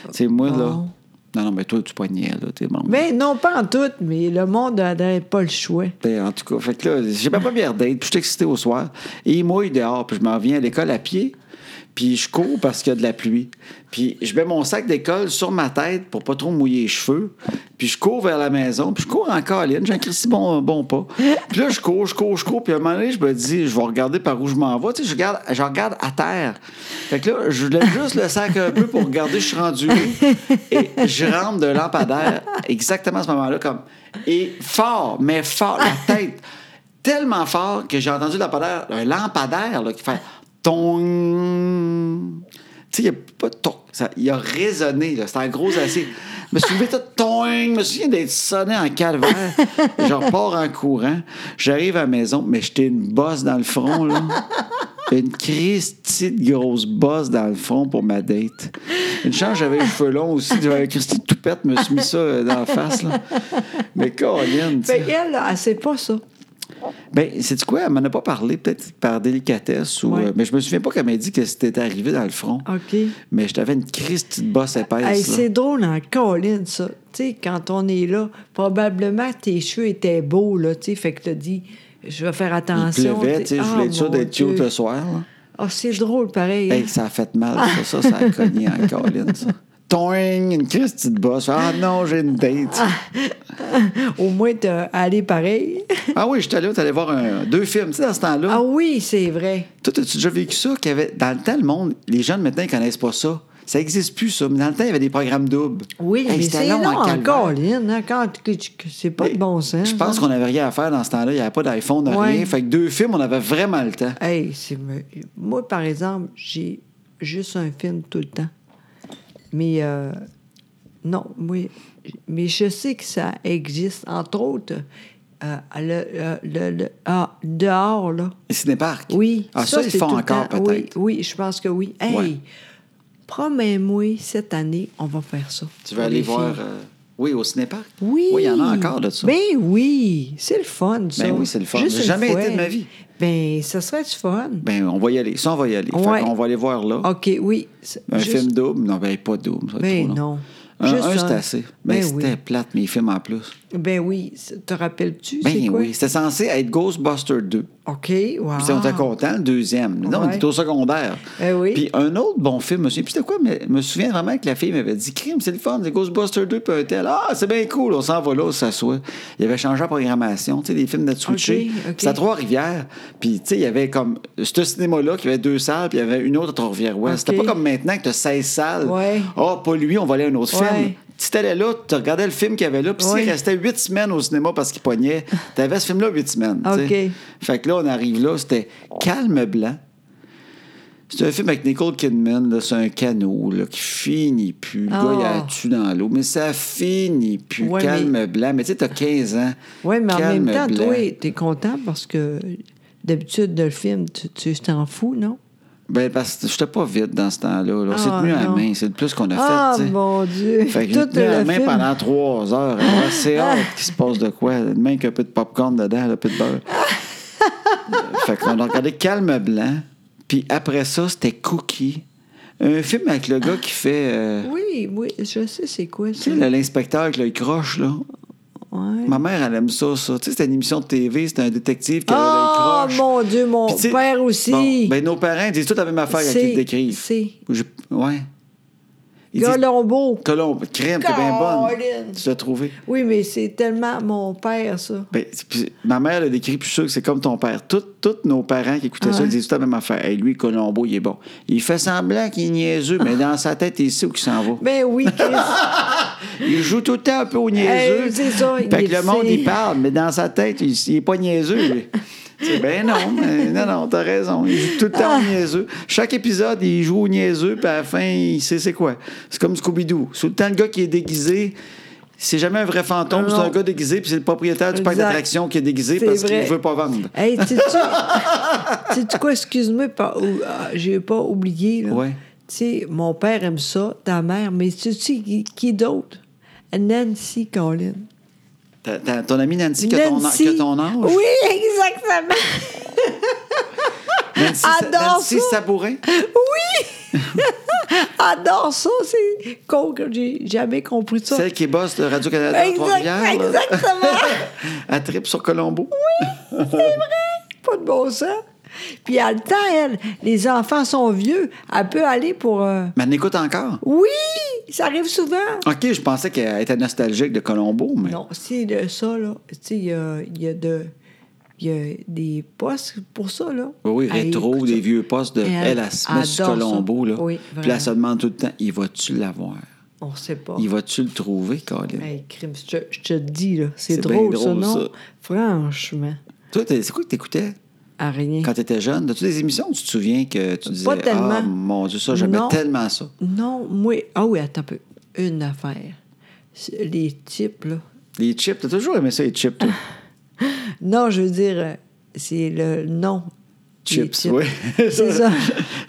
[SPEAKER 2] Tu sais, moi, là.
[SPEAKER 1] Bon.
[SPEAKER 2] Non, non, mais toi, tu poignais, là. T'es bon.
[SPEAKER 1] Mais non, pas en tout, mais le monde n'avait pas le choix.
[SPEAKER 2] Ben, en tout cas, fait que là, j'ai ma première date, puis je suis excité au soir. Et il mouille dehors, puis je m'en viens à l'école à pied, puis je cours parce qu'il y a de la pluie. Puis je mets mon sac d'école sur ma tête pour pas trop mouiller les cheveux, puis je cours vers la maison, puis je cours en colline, j'ai un Christy bon, bon pas. Puis là, je cours, je cours, je cours, puis à un moment donné, je me dis, je vais regarder par où je m'en vais, tu sais, je regarde, je regarde à terre. Fait que là, je lève juste le sac un peu pour regarder, je suis rendu où, et je rentre d'un lampadaire exactement à ce moment-là, comme, et fort, mais fort, la tête tellement fort que j'ai entendu le lampadaire, un lampadaire là, qui fait tong. Tu sais, il n'y a pas de tong. Ça- Il a résonné, là. C'était un gros acier. Je me suis levé tout tong. Je me souviens d'être sonné en calvaire. Je repars en courant. J'arrive à la maison, mais j'étais une bosse dans le front, là. Une Christie de grosse bosse dans le front pour ma date. Une chance, j'avais les cheveux longs aussi. J'avais Christie de toupette, me suis mis ça euh, dans la face, là. Mais Colin, tu sais.
[SPEAKER 1] Fait qu'elle, elle, sait pas ça.
[SPEAKER 2] Ben, c'est quoi? Elle m'en a pas parlé, peut-être par délicatesse. Ou,
[SPEAKER 1] Ouais.
[SPEAKER 2] euh, mais je me souviens pas qu'elle m'ait dit que c'était arrivé dans le front.
[SPEAKER 1] OK.
[SPEAKER 2] Mais je t'avais une crise de bosse
[SPEAKER 1] Hey,
[SPEAKER 2] épaisse. là.
[SPEAKER 1] c'est drôle en colline, ça. Tu sais, quand on est là, probablement tes cheveux étaient beaux, là, tu sais, fait que t'as dit, je vais faire
[SPEAKER 2] Il
[SPEAKER 1] attention.
[SPEAKER 2] pleuvait, tu sais, je voulais être sûr d'être cute le
[SPEAKER 1] Ah,
[SPEAKER 2] soir. là.
[SPEAKER 1] mon Dieu. Ah, c'est drôle, pareil. hein.
[SPEAKER 2] Hey, ça a fait mal, ça. Ça, ça a cogné en colline, ça. toing, une crise de bosse. Ah non, j'ai une date.
[SPEAKER 1] Au moins, t'es allé pareil.
[SPEAKER 2] Ah oui, j'étais là, t'allais voir un- deux films. Tu sais, dans ce temps-là,
[SPEAKER 1] Ah oui, c'est vrai.
[SPEAKER 2] Toi, as-tu déjà vécu ça? Qu'il y avait, dans le temps, le monde, les jeunes maintenant, ils connaissent pas ça. Ça n'existe plus, ça. Mais dans le temps, il y avait des programmes doubles.
[SPEAKER 1] Oui,
[SPEAKER 2] Hey,
[SPEAKER 1] mais
[SPEAKER 2] c'était
[SPEAKER 1] c'est long,
[SPEAKER 2] long en
[SPEAKER 1] en
[SPEAKER 2] calvaire.
[SPEAKER 1] colline, hein, quand tu- tu- tu- c'est pas de bon sens.
[SPEAKER 2] Je pense
[SPEAKER 1] hein.
[SPEAKER 2] qu'on n'avait rien à faire dans ce temps-là. Il n'y avait pas d'iPhone,
[SPEAKER 1] Ouais.
[SPEAKER 2] rien. Fait que deux films, on avait vraiment le temps.
[SPEAKER 1] Hey, c'est me- moi, par exemple, j'ai juste un film tout le temps. Mais euh, non, moi, j- mais je sais que ça existe, entre autres, euh, le, euh, le- le- ah, dehors, là.
[SPEAKER 2] Les cinéparcs.
[SPEAKER 1] Oui.
[SPEAKER 2] Ah, ça, ils
[SPEAKER 1] c'est
[SPEAKER 2] font
[SPEAKER 1] tout le
[SPEAKER 2] encore,
[SPEAKER 1] temps.
[SPEAKER 2] peut-être.
[SPEAKER 1] Oui, oui, je pense que oui. Hey,
[SPEAKER 2] Ouais.
[SPEAKER 1] promets-moi, cette année, on va faire ça.
[SPEAKER 2] Tu
[SPEAKER 1] pour
[SPEAKER 2] veux aller
[SPEAKER 1] les
[SPEAKER 2] voir.
[SPEAKER 1] filles.
[SPEAKER 2] euh, oui, au cinéparc?
[SPEAKER 1] Oui.
[SPEAKER 2] Oui, il y en a encore de ça.
[SPEAKER 1] Ben oui, c'est le fun, ça.
[SPEAKER 2] Ben oui, c'est le fun.
[SPEAKER 1] Juste
[SPEAKER 2] J'ai
[SPEAKER 1] une
[SPEAKER 2] jamais
[SPEAKER 1] fois.
[SPEAKER 2] été de ma vie.
[SPEAKER 1] Ben, ça serait du fun.
[SPEAKER 2] Ben, on va y aller. Ça, on va y aller.
[SPEAKER 1] Ouais.
[SPEAKER 2] Fait qu'on va aller voir là.
[SPEAKER 1] OK, oui. c'est-
[SPEAKER 2] Un
[SPEAKER 1] juste-
[SPEAKER 2] film double? Non, ben, pas double. Ça va être
[SPEAKER 1] Ben
[SPEAKER 2] trop long.
[SPEAKER 1] non.
[SPEAKER 2] Un,
[SPEAKER 1] Juste
[SPEAKER 2] un,
[SPEAKER 1] un.
[SPEAKER 2] c'était assez. Ben,
[SPEAKER 1] Ben
[SPEAKER 2] c'était
[SPEAKER 1] oui.
[SPEAKER 2] plate, mes films en plus.
[SPEAKER 1] Ben oui, c'est- te rappelles-tu? c'est
[SPEAKER 2] Ben
[SPEAKER 1] quoi?
[SPEAKER 2] oui, c'était censé être Ghostbusters 2.
[SPEAKER 1] OK, wow.
[SPEAKER 2] Puis on était content, le deuxième. Non, on
[SPEAKER 1] Ouais.
[SPEAKER 2] était au secondaire.
[SPEAKER 1] Eh oui.
[SPEAKER 2] Puis un autre bon film, monsieur. Puis c'était quoi? Mais, je me souviens vraiment que la fille m'avait dit Crime, c'est le fun, c'est Ghostbusters 2, puis un tel. Ah, c'est bien cool, on s'en va là, on s'assoit. Il avait changé la programmation, tu sais, les films de switché.
[SPEAKER 1] Ok, ok.
[SPEAKER 2] C'était à Trois-Rivières. Puis, tu sais, il y avait comme ce cinéma-là qui avait deux salles, puis il y avait une autre à Trois-Rivières-Ouest. C'était
[SPEAKER 1] Ok.
[SPEAKER 2] pas comme maintenant que tu as 16 salles.
[SPEAKER 1] Ouais.
[SPEAKER 2] Ah, pas lui, on va aller à un autre
[SPEAKER 1] Ouais.
[SPEAKER 2] film. Tu t'allais là, tu regardais le film qu'il y avait là, puis s'il
[SPEAKER 1] Ouais.
[SPEAKER 2] restait huit semaines au cinéma parce qu'il pognait, t'avais ce film-là huit semaines. tu sais.
[SPEAKER 1] OK.
[SPEAKER 2] Fait que là, on arrive là, c'était Calme Blanc. C'est un film avec Nicole Kidman, là, c'est un canot là, qui finit plus. Le gars, il a
[SPEAKER 1] Ah.
[SPEAKER 2] tué dans l'eau, mais ça finit plus.
[SPEAKER 1] Ouais,
[SPEAKER 2] Calme Blanc. Mais tu sais, t'as 15 ans.
[SPEAKER 1] Oui, mais en
[SPEAKER 2] Calme
[SPEAKER 1] même temps,
[SPEAKER 2] Blanc.
[SPEAKER 1] toi, t'es content parce que d'habitude, de le film, tu- tu t'en fous, non?
[SPEAKER 2] Ben, parce que j'étais pas vite dans ce temps-là. là. On s'est
[SPEAKER 1] Ah,
[SPEAKER 2] tenu à la
[SPEAKER 1] non.
[SPEAKER 2] main. C'est le plus qu'on a
[SPEAKER 1] Ah,
[SPEAKER 2] fait. tu sais.
[SPEAKER 1] mon Dieu!
[SPEAKER 2] Fait que j'ai
[SPEAKER 1] Tout
[SPEAKER 2] tenu à la
[SPEAKER 1] le
[SPEAKER 2] main
[SPEAKER 1] film. Ah.
[SPEAKER 2] pendant trois heures. Alors, C'est hâte qu'il se passe de quoi. Même qu'un peu de popcorn dedans, un peu de beurre. fait qu'on a regardé Calme Blanc. Puis après ça, c'était Cookie. Un film avec le gars qui fait... euh,
[SPEAKER 1] Oui, oui, je sais c'est quoi ça.
[SPEAKER 2] Tu sais, là, l'inspecteur avec l'œil croche, là.
[SPEAKER 1] Ouais.
[SPEAKER 2] Ma mère, elle aime ça, ça. Tu sais, c'était une émission de TV, c'était un détective qui avait
[SPEAKER 1] Oh,
[SPEAKER 2] l'œil croche.
[SPEAKER 1] mon Dieu, mon
[SPEAKER 2] Puis, tu sais,
[SPEAKER 1] père aussi!
[SPEAKER 2] bon, ben, nos parents disent tout la même affaire quand
[SPEAKER 1] C'est-
[SPEAKER 2] ils te décrivent.
[SPEAKER 1] c'est-
[SPEAKER 2] Je- Ouais. Ils disent,
[SPEAKER 1] Colombo!
[SPEAKER 2] Colombe, crème, t'es bien bonne.
[SPEAKER 1] Colin.
[SPEAKER 2] Tu l'as trouvé.
[SPEAKER 1] Oui, mais c'est tellement mon père, ça.
[SPEAKER 2] Ben, c'est- puis ma mère l'a décrit plus sûr que c'est comme ton père. Tout- Tous nos parents qui écoutaient ça, ils disaient tout la même affaire. Hey, lui, Colombo, il est bon. Il fait semblant qu'il est niaiseux, mais dans sa tête, il sait où il s'en va.
[SPEAKER 1] Ben oui, Chris.
[SPEAKER 2] Il joue tout le temps un peu au niaiseux.
[SPEAKER 1] Hey, Euh, c'est ça,
[SPEAKER 2] Fait
[SPEAKER 1] il
[SPEAKER 2] que le monde,
[SPEAKER 1] sait.
[SPEAKER 2] il parle, mais dans sa tête, il, il est pas niaiseux, lui. Tu sais, Ben non, mais non, non, t'as raison. Il joue tout le temps au niaiseux. Chaque épisode, il joue au niaiseux, puis à la fin, il sait c'est quoi. C'est comme Scooby-Doo. C'est tout le temps le gars qui est déguisé. C'est jamais un vrai fantôme,
[SPEAKER 1] Non,
[SPEAKER 2] c'est
[SPEAKER 1] non.
[SPEAKER 2] un gars déguisé, puis c'est le propriétaire du parc
[SPEAKER 1] Exact.
[SPEAKER 2] d'attraction qui est déguisé
[SPEAKER 1] C'est
[SPEAKER 2] parce qu'il
[SPEAKER 1] vrai.
[SPEAKER 2] veut pas vendre.
[SPEAKER 1] hey, tu sais quoi, excuse-moi, pas- ou- ah, j'ai pas oublié. Là.
[SPEAKER 2] Ouais.
[SPEAKER 1] Tu sais, mon père aime ça, ta mère, mais tu sais qui, qui d'autre? Nancy Collin.
[SPEAKER 2] Ta- ta- ton ami Nancy, qui a ton,
[SPEAKER 1] Nancy-
[SPEAKER 2] qui a ton âge.
[SPEAKER 1] Oui, exactement.
[SPEAKER 2] Nancy, Sa-
[SPEAKER 1] Adore
[SPEAKER 2] Nancy
[SPEAKER 1] ça.
[SPEAKER 2] Sabourin.
[SPEAKER 1] Adore ça, c'est con que j'ai jamais compris ça.
[SPEAKER 2] Celle qui est boss de Radio-Canada à
[SPEAKER 1] Exact-
[SPEAKER 2] Trois-Rivières. là.
[SPEAKER 1] exactement.
[SPEAKER 2] Elle tripe sur Colombo.
[SPEAKER 1] pas de bon sens. Puis à le temps, elle, les enfants sont vieux, elle peut aller pour... euh,
[SPEAKER 2] Mais elle écoute encore.
[SPEAKER 1] Oui, ça arrive souvent.
[SPEAKER 2] OK, je pensais qu'elle était nostalgique de Colombo, mais.
[SPEAKER 1] Non, c'est de ça, là. Tu sais, il y a, il y a de. Il y a des postes pour ça, là.
[SPEAKER 2] Oui, oui,
[SPEAKER 1] Elle
[SPEAKER 2] rétro,
[SPEAKER 1] écoute
[SPEAKER 2] des
[SPEAKER 1] ça.
[SPEAKER 2] vieux postes de. Elle,
[SPEAKER 1] Elle
[SPEAKER 2] elle, se met sur
[SPEAKER 1] adore
[SPEAKER 2] Colombo,
[SPEAKER 1] ça.
[SPEAKER 2] là.
[SPEAKER 1] Oui,
[SPEAKER 2] Puis là, elle
[SPEAKER 1] vraiment.
[SPEAKER 2] se demande tout le temps il va-tu l'avoir
[SPEAKER 1] On sait pas.
[SPEAKER 2] Il va-tu le trouver, Colin
[SPEAKER 1] Hey, crime, je, te- je te dis, là. C'est
[SPEAKER 2] C'est
[SPEAKER 1] drôle,
[SPEAKER 2] bien
[SPEAKER 1] ça,
[SPEAKER 2] drôle,
[SPEAKER 1] non?
[SPEAKER 2] ça.
[SPEAKER 1] Franchement,
[SPEAKER 2] Toi, t'es- c'est quoi que t'écoutais
[SPEAKER 1] à rien.
[SPEAKER 2] quand t'étais jeune As-tu des émissions où tu te souviens que tu disais
[SPEAKER 1] tellement.
[SPEAKER 2] Ah, mon Dieu, ça, j'aimais
[SPEAKER 1] Non.
[SPEAKER 2] tellement ça.
[SPEAKER 1] Non, moi. Ah oui, attends un peu. Une affaire. C'est- Les types, là.
[SPEAKER 2] Les chips, t'as toujours aimé ça, les chips, toi?
[SPEAKER 1] Non, je veux dire, euh, c'est le nom. Les
[SPEAKER 2] Chips, oui.
[SPEAKER 1] C'est ça.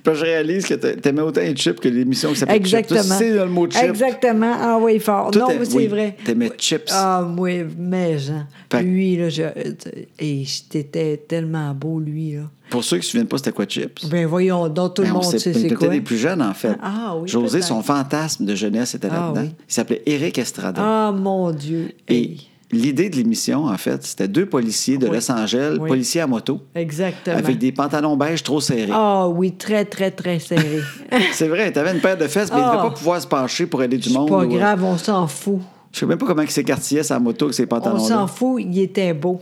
[SPEAKER 2] Puis je réalise que t'a- t'aimais autant les chips que l'émission qui s'appelle Chips. Toi,
[SPEAKER 1] Exactement.
[SPEAKER 2] C'est le mot chip.
[SPEAKER 1] Exactement. Ah oui, fort.
[SPEAKER 2] Toi,
[SPEAKER 1] non,
[SPEAKER 2] t'a-
[SPEAKER 1] mais c'est
[SPEAKER 2] oui,
[SPEAKER 1] vrai.
[SPEAKER 2] t'aimais Chips.
[SPEAKER 1] Ah oui, mais Jean.
[SPEAKER 2] Fait que-
[SPEAKER 1] Lui, là, je... et t'étais tellement beau, lui, là.
[SPEAKER 2] Pour ceux qui ne se souviennent pas, c'était quoi Chips
[SPEAKER 1] Ben voyons, donc tout
[SPEAKER 2] Ben,
[SPEAKER 1] le
[SPEAKER 2] on
[SPEAKER 1] monde
[SPEAKER 2] sait-
[SPEAKER 1] sait
[SPEAKER 2] ben,
[SPEAKER 1] c'est
[SPEAKER 2] peut-être
[SPEAKER 1] quoi.
[SPEAKER 2] les plus jeunes, en fait.
[SPEAKER 1] Ah oui,
[SPEAKER 2] José,
[SPEAKER 1] peut-être.
[SPEAKER 2] son fantasme de jeunesse était
[SPEAKER 1] Ah
[SPEAKER 2] là-dedans.
[SPEAKER 1] oui.
[SPEAKER 2] Il s'appelait Eric Estrada.
[SPEAKER 1] Ah mon Dieu.
[SPEAKER 2] Et
[SPEAKER 1] Hey.
[SPEAKER 2] l'idée de l'émission, en fait, c'était deux policiers de
[SPEAKER 1] Oui.
[SPEAKER 2] Los Angeles,
[SPEAKER 1] Oui.
[SPEAKER 2] policiers à moto,
[SPEAKER 1] Eh, Exactement.
[SPEAKER 2] avec des pantalons beige trop serrés.
[SPEAKER 1] Ah oui, très, très, très serré.
[SPEAKER 2] C'est vrai, tu avais une paire de fesses, mais il ne devait
[SPEAKER 1] Ah.
[SPEAKER 2] pas pouvoir se pencher pour aider du
[SPEAKER 1] C'est
[SPEAKER 2] monde.
[SPEAKER 1] pas
[SPEAKER 2] ou, euh,
[SPEAKER 1] grave, on s'en fout.
[SPEAKER 2] Je sais même pas comment il s'écartillait sa moto avec ses
[SPEAKER 1] On
[SPEAKER 2] pantalons-là.
[SPEAKER 1] s'en fout, il était beau.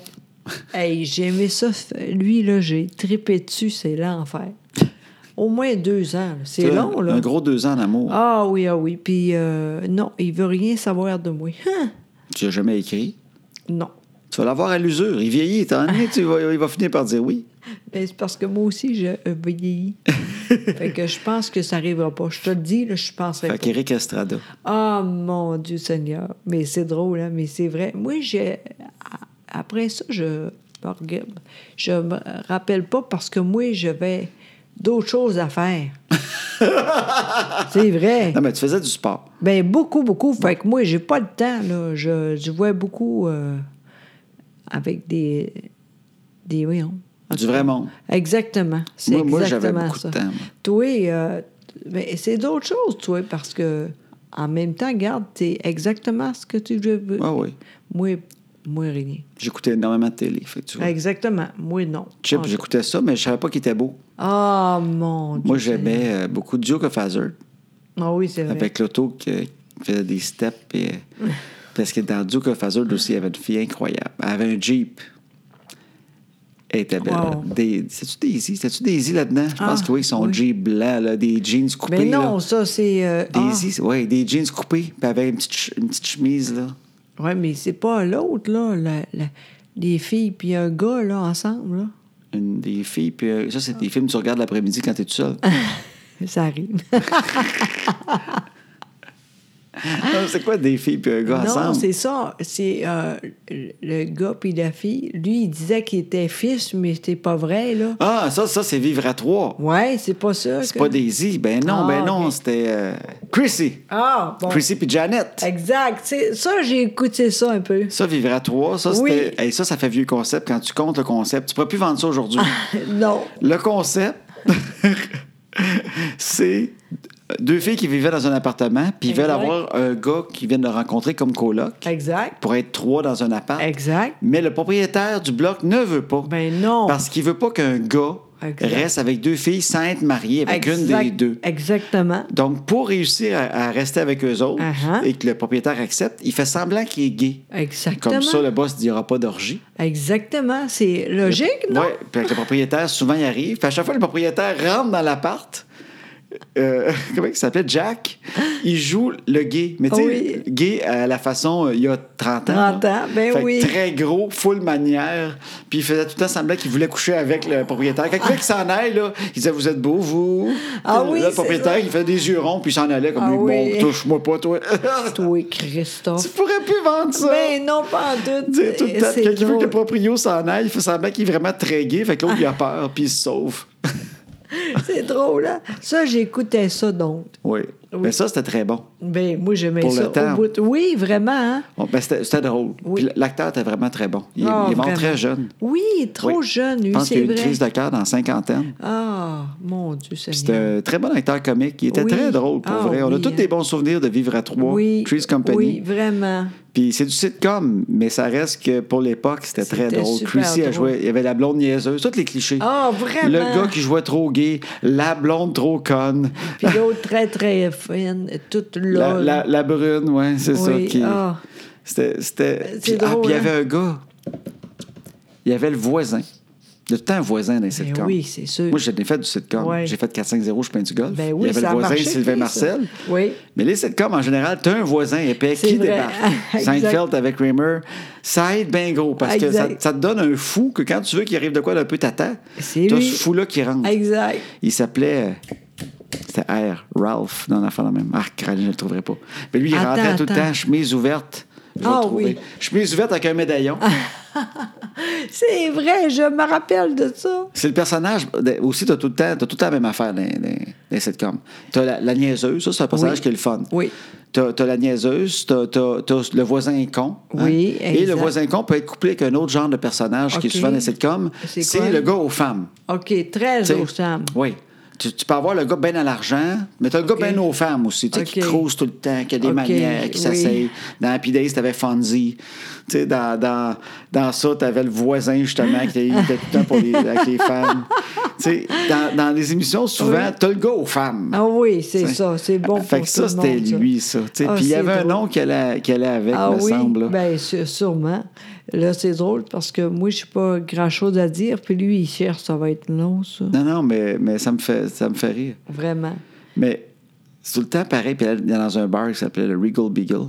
[SPEAKER 1] Hey, j'ai aimé ça. Lui, là, j'ai tripé dessus, c'est l'enfer. Au moins deux ans. là. C'est
[SPEAKER 2] Tu vois,
[SPEAKER 1] long, là.
[SPEAKER 2] Un gros deux ans d'amour.
[SPEAKER 1] Ah oui, ah oui. Puis euh, non, il veut rien savoir de moi. Hein?
[SPEAKER 2] Tu l'as jamais écrit.
[SPEAKER 1] non.
[SPEAKER 2] Tu vas l'avoir à l'usure. Il vieillit, étant donné, tu vas- il va finir par dire oui.
[SPEAKER 1] Mais Ben, c'est parce que moi aussi, je euh, vieillis. fait que je pense que ça n'arrivera pas. Je te le dis, là, je penserai
[SPEAKER 2] Fait
[SPEAKER 1] pas.
[SPEAKER 2] qu'Éric Estrada.
[SPEAKER 1] Ah, mon Dieu Seigneur. Mais c'est drôle, hein? mais c'est vrai. Moi, j'ai... a- après ça, je me je me rappelle pas parce que moi, j'avais d'autres choses à faire. c'est vrai.
[SPEAKER 2] Non, mais tu faisais du sport.
[SPEAKER 1] Ben beaucoup, beaucoup. Fait que moi, j'ai pas de temps, là. Je, je vois beaucoup euh, avec des... Des... voyons.
[SPEAKER 2] Du vrai monde.
[SPEAKER 1] Exactement. C'est
[SPEAKER 2] Moi- moi, j'avais
[SPEAKER 1] exactement
[SPEAKER 2] beaucoup de
[SPEAKER 1] ça.
[SPEAKER 2] temps, moi.
[SPEAKER 1] Toi, euh, ben, c'est d'autres choses, toi, parce que en même temps, garde, t'es exactement ce que tu veux.
[SPEAKER 2] Ah oui.
[SPEAKER 1] Moi, moi, rien.
[SPEAKER 2] J'écoutais énormément de télé. Fait que tu vois.
[SPEAKER 1] Exactement. Moi, non.
[SPEAKER 2] Chip,
[SPEAKER 1] Ah,
[SPEAKER 2] j'écoutais ça, mais je savais pas qu'il était beau.
[SPEAKER 1] Ah, mon Dieu.
[SPEAKER 2] Moi, j'aimais euh, beaucoup Duke of Hazzard
[SPEAKER 1] Ah oui, c'est vrai.
[SPEAKER 2] avec l'auto qui euh, qui faisait des steps. et, euh, parce que dans Duke of Hazzard aussi, il y avait une fille incroyable. Elle avait un Jeep. Elle était belle.
[SPEAKER 1] Wow.
[SPEAKER 2] Des- C'est-tu Daisy? C'est-tu Daisy là-dedans? Je pense
[SPEAKER 1] Ah,
[SPEAKER 2] que oui, son
[SPEAKER 1] oui.
[SPEAKER 2] Jeep blanc, là, des jeans coupés.
[SPEAKER 1] Mais Ben non,
[SPEAKER 2] là.
[SPEAKER 1] ça, c'est... euh,
[SPEAKER 2] Daisy, ouais, des jeans coupés, puis avec une petite, ch- une petite chemise, là.
[SPEAKER 1] ah. Ouais, mais c'est pas l'autre, là. la- la- les filles puis un gars, là, ensemble, là.
[SPEAKER 2] Une des filles, puis euh, ça, c'est des films que tu regardes l'après-midi quand t'es tout seul.
[SPEAKER 1] Ça arrive.
[SPEAKER 2] Non, Ah, c'est quoi des filles, puis un gars
[SPEAKER 1] Non,
[SPEAKER 2] ensemble?
[SPEAKER 1] c'est ça. C'est euh, le gars puis la fille. Lui, il disait qu'il était fils, mais c'était pas vrai, là.
[SPEAKER 2] Ah, ça, ça, c'est vivre à trois.
[SPEAKER 1] Ouais, c'est pas ça.
[SPEAKER 2] C'est
[SPEAKER 1] que-
[SPEAKER 2] pas Daisy. Ben non,
[SPEAKER 1] Ah,
[SPEAKER 2] ben non,
[SPEAKER 1] ok.
[SPEAKER 2] c'était euh, Chrissy.
[SPEAKER 1] Ah, bon.
[SPEAKER 2] Chrissy puis Janet.
[SPEAKER 1] Exact. C'est- Ça, j'ai écouté ça un peu.
[SPEAKER 2] Ça, vivre à trois, ça,
[SPEAKER 1] Oui.
[SPEAKER 2] c'était. Hey, ça, ça fait vieux concept. Quand tu comptes le concept, tu pourrais plus vendre ça aujourd'hui.
[SPEAKER 1] non.
[SPEAKER 2] le concept, c'est deux filles qui vivaient dans un appartement, puis ils veulent
[SPEAKER 1] Exact.
[SPEAKER 2] avoir un gars qui viennent de rencontrer comme coloc
[SPEAKER 1] Exact.
[SPEAKER 2] pour être trois dans un appart.
[SPEAKER 1] Exact.
[SPEAKER 2] Mais le propriétaire du bloc ne veut pas.
[SPEAKER 1] Ben non.
[SPEAKER 2] Parce qu'il veut pas qu'un gars
[SPEAKER 1] Exact.
[SPEAKER 2] reste avec deux filles sans être marié avec
[SPEAKER 1] Exact-
[SPEAKER 2] une des deux.
[SPEAKER 1] Exactement.
[SPEAKER 2] Donc, pour réussir à, à rester avec eux autres
[SPEAKER 1] Uh-huh.
[SPEAKER 2] et que le propriétaire accepte, il fait semblant qu'il est gay.
[SPEAKER 1] Exactement.
[SPEAKER 2] Comme ça, le boss ne dira pas d'orgie.
[SPEAKER 1] Exactement. C'est logique, non?
[SPEAKER 2] Oui, puis avec le propriétaire, souvent, il arrive. Puis à chaque fois, le propriétaire rentre dans l'appart. Euh, comment il s'appelait? Jack. Il joue le gay. Mais tu sais,
[SPEAKER 1] Oui.
[SPEAKER 2] gay à la façon euh, il y a 30 ans.
[SPEAKER 1] 30
[SPEAKER 2] là.
[SPEAKER 1] ans, ben
[SPEAKER 2] Fait que
[SPEAKER 1] oui.
[SPEAKER 2] Très gros, full manière. Puis il faisait tout le temps semblant qu'il voulait coucher avec le propriétaire. Fait que dès qu'il s'en aille, là, il disait Vous êtes beau, vous.
[SPEAKER 1] Ah
[SPEAKER 2] Puis
[SPEAKER 1] oui,
[SPEAKER 2] là, le
[SPEAKER 1] c'est
[SPEAKER 2] propriétaire,
[SPEAKER 1] ça.
[SPEAKER 2] il fait des yeux ronds, puis il s'en allait comme
[SPEAKER 1] Ah
[SPEAKER 2] lui,
[SPEAKER 1] oui.
[SPEAKER 2] Bon, touche-moi pas, toi.
[SPEAKER 1] Toi,
[SPEAKER 2] tu
[SPEAKER 1] Christophe.
[SPEAKER 2] pourrais plus vendre ça.
[SPEAKER 1] Ben non, pas en doute.
[SPEAKER 2] Tu sais, tout le temps,
[SPEAKER 1] C'est
[SPEAKER 2] quelqu'un qui veut que
[SPEAKER 1] drôle.
[SPEAKER 2] le proprio s'en aille, il fait semblant qu'il est vraiment très gay, fait que l'autre, il a peur, puis il se sauve.
[SPEAKER 1] C'est drôle, hein? Ça, j'écoutais ça, donc.
[SPEAKER 2] Oui. Mais ça, c'était très bon.
[SPEAKER 1] Ben, moi, j'aimais
[SPEAKER 2] Pour le
[SPEAKER 1] ça. au
[SPEAKER 2] temps.
[SPEAKER 1] bout. Oui, vraiment, hein?
[SPEAKER 2] On- ben, c'était c'était drôle.
[SPEAKER 1] Oui.
[SPEAKER 2] Puis l'acteur était vraiment très bon. Il,
[SPEAKER 1] Ah,
[SPEAKER 2] il est mort
[SPEAKER 1] vraiment.
[SPEAKER 2] très jeune.
[SPEAKER 1] Oui, il est trop
[SPEAKER 2] Oui.
[SPEAKER 1] jeune,
[SPEAKER 2] Je
[SPEAKER 1] lui,
[SPEAKER 2] pense qu'il y a
[SPEAKER 1] c'est
[SPEAKER 2] eu une
[SPEAKER 1] vrai.
[SPEAKER 2] crise de cœur dans la cinquantaine.
[SPEAKER 1] Ah, mon Dieu,
[SPEAKER 2] C'était
[SPEAKER 1] Seigneur.
[SPEAKER 2] un très bon acteur comique. Il était
[SPEAKER 1] Oui.
[SPEAKER 2] très drôle, pour
[SPEAKER 1] Ah,
[SPEAKER 2] vrai. On a
[SPEAKER 1] oui,
[SPEAKER 2] tous
[SPEAKER 1] hein.
[SPEAKER 2] des bons souvenirs de Vivre à Trois,
[SPEAKER 1] Oui,
[SPEAKER 2] Trees Company.
[SPEAKER 1] oui, vraiment.
[SPEAKER 2] Puis c'est du sitcom, mais ça reste que pour l'époque, c'était très
[SPEAKER 1] C'était
[SPEAKER 2] drôle.
[SPEAKER 1] super
[SPEAKER 2] Chrissy a
[SPEAKER 1] drôle.
[SPEAKER 2] joué, il y avait la blonde niaiseuse, tous les clichés.
[SPEAKER 1] Ah, vraiment?
[SPEAKER 2] Le gars qui jouait trop gay, la blonde trop conne,
[SPEAKER 1] Puis l'autre très, très fine, toute là.
[SPEAKER 2] la, la- la brune, ouais, c'est ça.
[SPEAKER 1] Oui,
[SPEAKER 2] Qui,
[SPEAKER 1] ah.
[SPEAKER 2] C'était. c'était-
[SPEAKER 1] C'est
[SPEAKER 2] puis- ah,
[SPEAKER 1] drôle,
[SPEAKER 2] puis il y avait
[SPEAKER 1] hein?
[SPEAKER 2] un gars. Il y avait le voisin. De tout le temps un voisin d'un
[SPEAKER 1] Ben
[SPEAKER 2] sitcom.
[SPEAKER 1] oui, c'est sûr.
[SPEAKER 2] Moi, j'ai fait du sitcom.
[SPEAKER 1] Ouais.
[SPEAKER 2] J'ai fait 4-5-0, je peins du golf.
[SPEAKER 1] Ben oui,
[SPEAKER 2] il y avait
[SPEAKER 1] ça a
[SPEAKER 2] le voisin
[SPEAKER 1] marché,
[SPEAKER 2] Sylvain
[SPEAKER 1] ça.
[SPEAKER 2] Marcel.
[SPEAKER 1] Oui.
[SPEAKER 2] Mais les sitcoms, en général, t'as un voisin épais
[SPEAKER 1] C'est
[SPEAKER 2] qui
[SPEAKER 1] vrai.
[SPEAKER 2] débarque.
[SPEAKER 1] Exact.
[SPEAKER 2] Seinfeld avec Kramer, ça aide bien gros parce que ça,
[SPEAKER 1] Exact.
[SPEAKER 2] ça te donne un fou que quand tu veux qu'il arrive de quoi d'un peu tata,
[SPEAKER 1] C'est
[SPEAKER 2] t'as
[SPEAKER 1] lui.
[SPEAKER 2] ce fou-là qui rentre.
[SPEAKER 1] Exact.
[SPEAKER 2] Il s'appelait. euh, C'était R. Ralph, dans l'affaire la même. Ah, crâne, je le trouverai pas. Mais lui, il
[SPEAKER 1] Attends,
[SPEAKER 2] rentrait tout le
[SPEAKER 1] attends.
[SPEAKER 2] temps, chemise ouverte. Je vais
[SPEAKER 1] Ah
[SPEAKER 2] le trouver.
[SPEAKER 1] oui. Ah.
[SPEAKER 2] Chemise ouverte avec un médaillon.
[SPEAKER 1] C'est vrai, je me rappelle de ça.
[SPEAKER 2] C'est le personnage. de- Aussi, t'as tout le temps, t'as tout le temps la même affaire dans dans- dans les sitcoms. T'as la, la niaiseuse, ça, c'est un personnage
[SPEAKER 1] Oui.
[SPEAKER 2] qui est le fun.
[SPEAKER 1] Oui.
[SPEAKER 2] T'as t'as la niaiseuse, t'as t'as- t'as le voisin con. hein.
[SPEAKER 1] Oui,
[SPEAKER 2] Et le
[SPEAKER 1] exact.
[SPEAKER 2] voisin con peut être couplé avec un autre genre de personnage qui est
[SPEAKER 1] OK.
[SPEAKER 2] souvent dans les sitcoms.
[SPEAKER 1] C'est
[SPEAKER 2] C'est
[SPEAKER 1] quoi?
[SPEAKER 2] le gars aux femmes.
[SPEAKER 1] OK, très
[SPEAKER 2] t'sais.
[SPEAKER 1] ressemble.
[SPEAKER 2] Oui. tu, tu peux avoir le gars ben à l'argent, mais t'as le
[SPEAKER 1] OK.
[SPEAKER 2] gars ben aux femmes aussi, tu sais, qui
[SPEAKER 1] OK.
[SPEAKER 2] crouse tout le temps, qui a des
[SPEAKER 1] OK,
[SPEAKER 2] manières,
[SPEAKER 1] oui.
[SPEAKER 2] qui s'asseye. Dans Happy Days, t'avais Fonzie. Tu sais, dans, dans, dans ça, t'avais le voisin, justement, qui était tout le temps pour les, avec les femmes. Tu sais, dans, dans les émissions, souvent, t'as le gars aux femmes.
[SPEAKER 1] Ah oui, c'est ça. C'est bon
[SPEAKER 2] Fait
[SPEAKER 1] pour
[SPEAKER 2] que ça,
[SPEAKER 1] tout le
[SPEAKER 2] c'était
[SPEAKER 1] monde, ça.
[SPEAKER 2] lui, ça. tu sais.
[SPEAKER 1] Ah,
[SPEAKER 2] Puis il y
[SPEAKER 1] c'est
[SPEAKER 2] avait un
[SPEAKER 1] drôle.
[SPEAKER 2] nom qu'elle a- qu'elle a avec,
[SPEAKER 1] Ah
[SPEAKER 2] me
[SPEAKER 1] oui,
[SPEAKER 2] semble. là.
[SPEAKER 1] bien sûrement. Là, c'est drôle parce que moi, je n'ai pas grand-chose à dire, puis lui, il cherche, ça va être long, ça.
[SPEAKER 2] Non, non, mais, mais ça, me fait, ça me fait rire.
[SPEAKER 1] Vraiment.
[SPEAKER 2] Mais c'est tout le temps pareil. Puis elle, dans un bar qui s'appelait le Regal Beagle.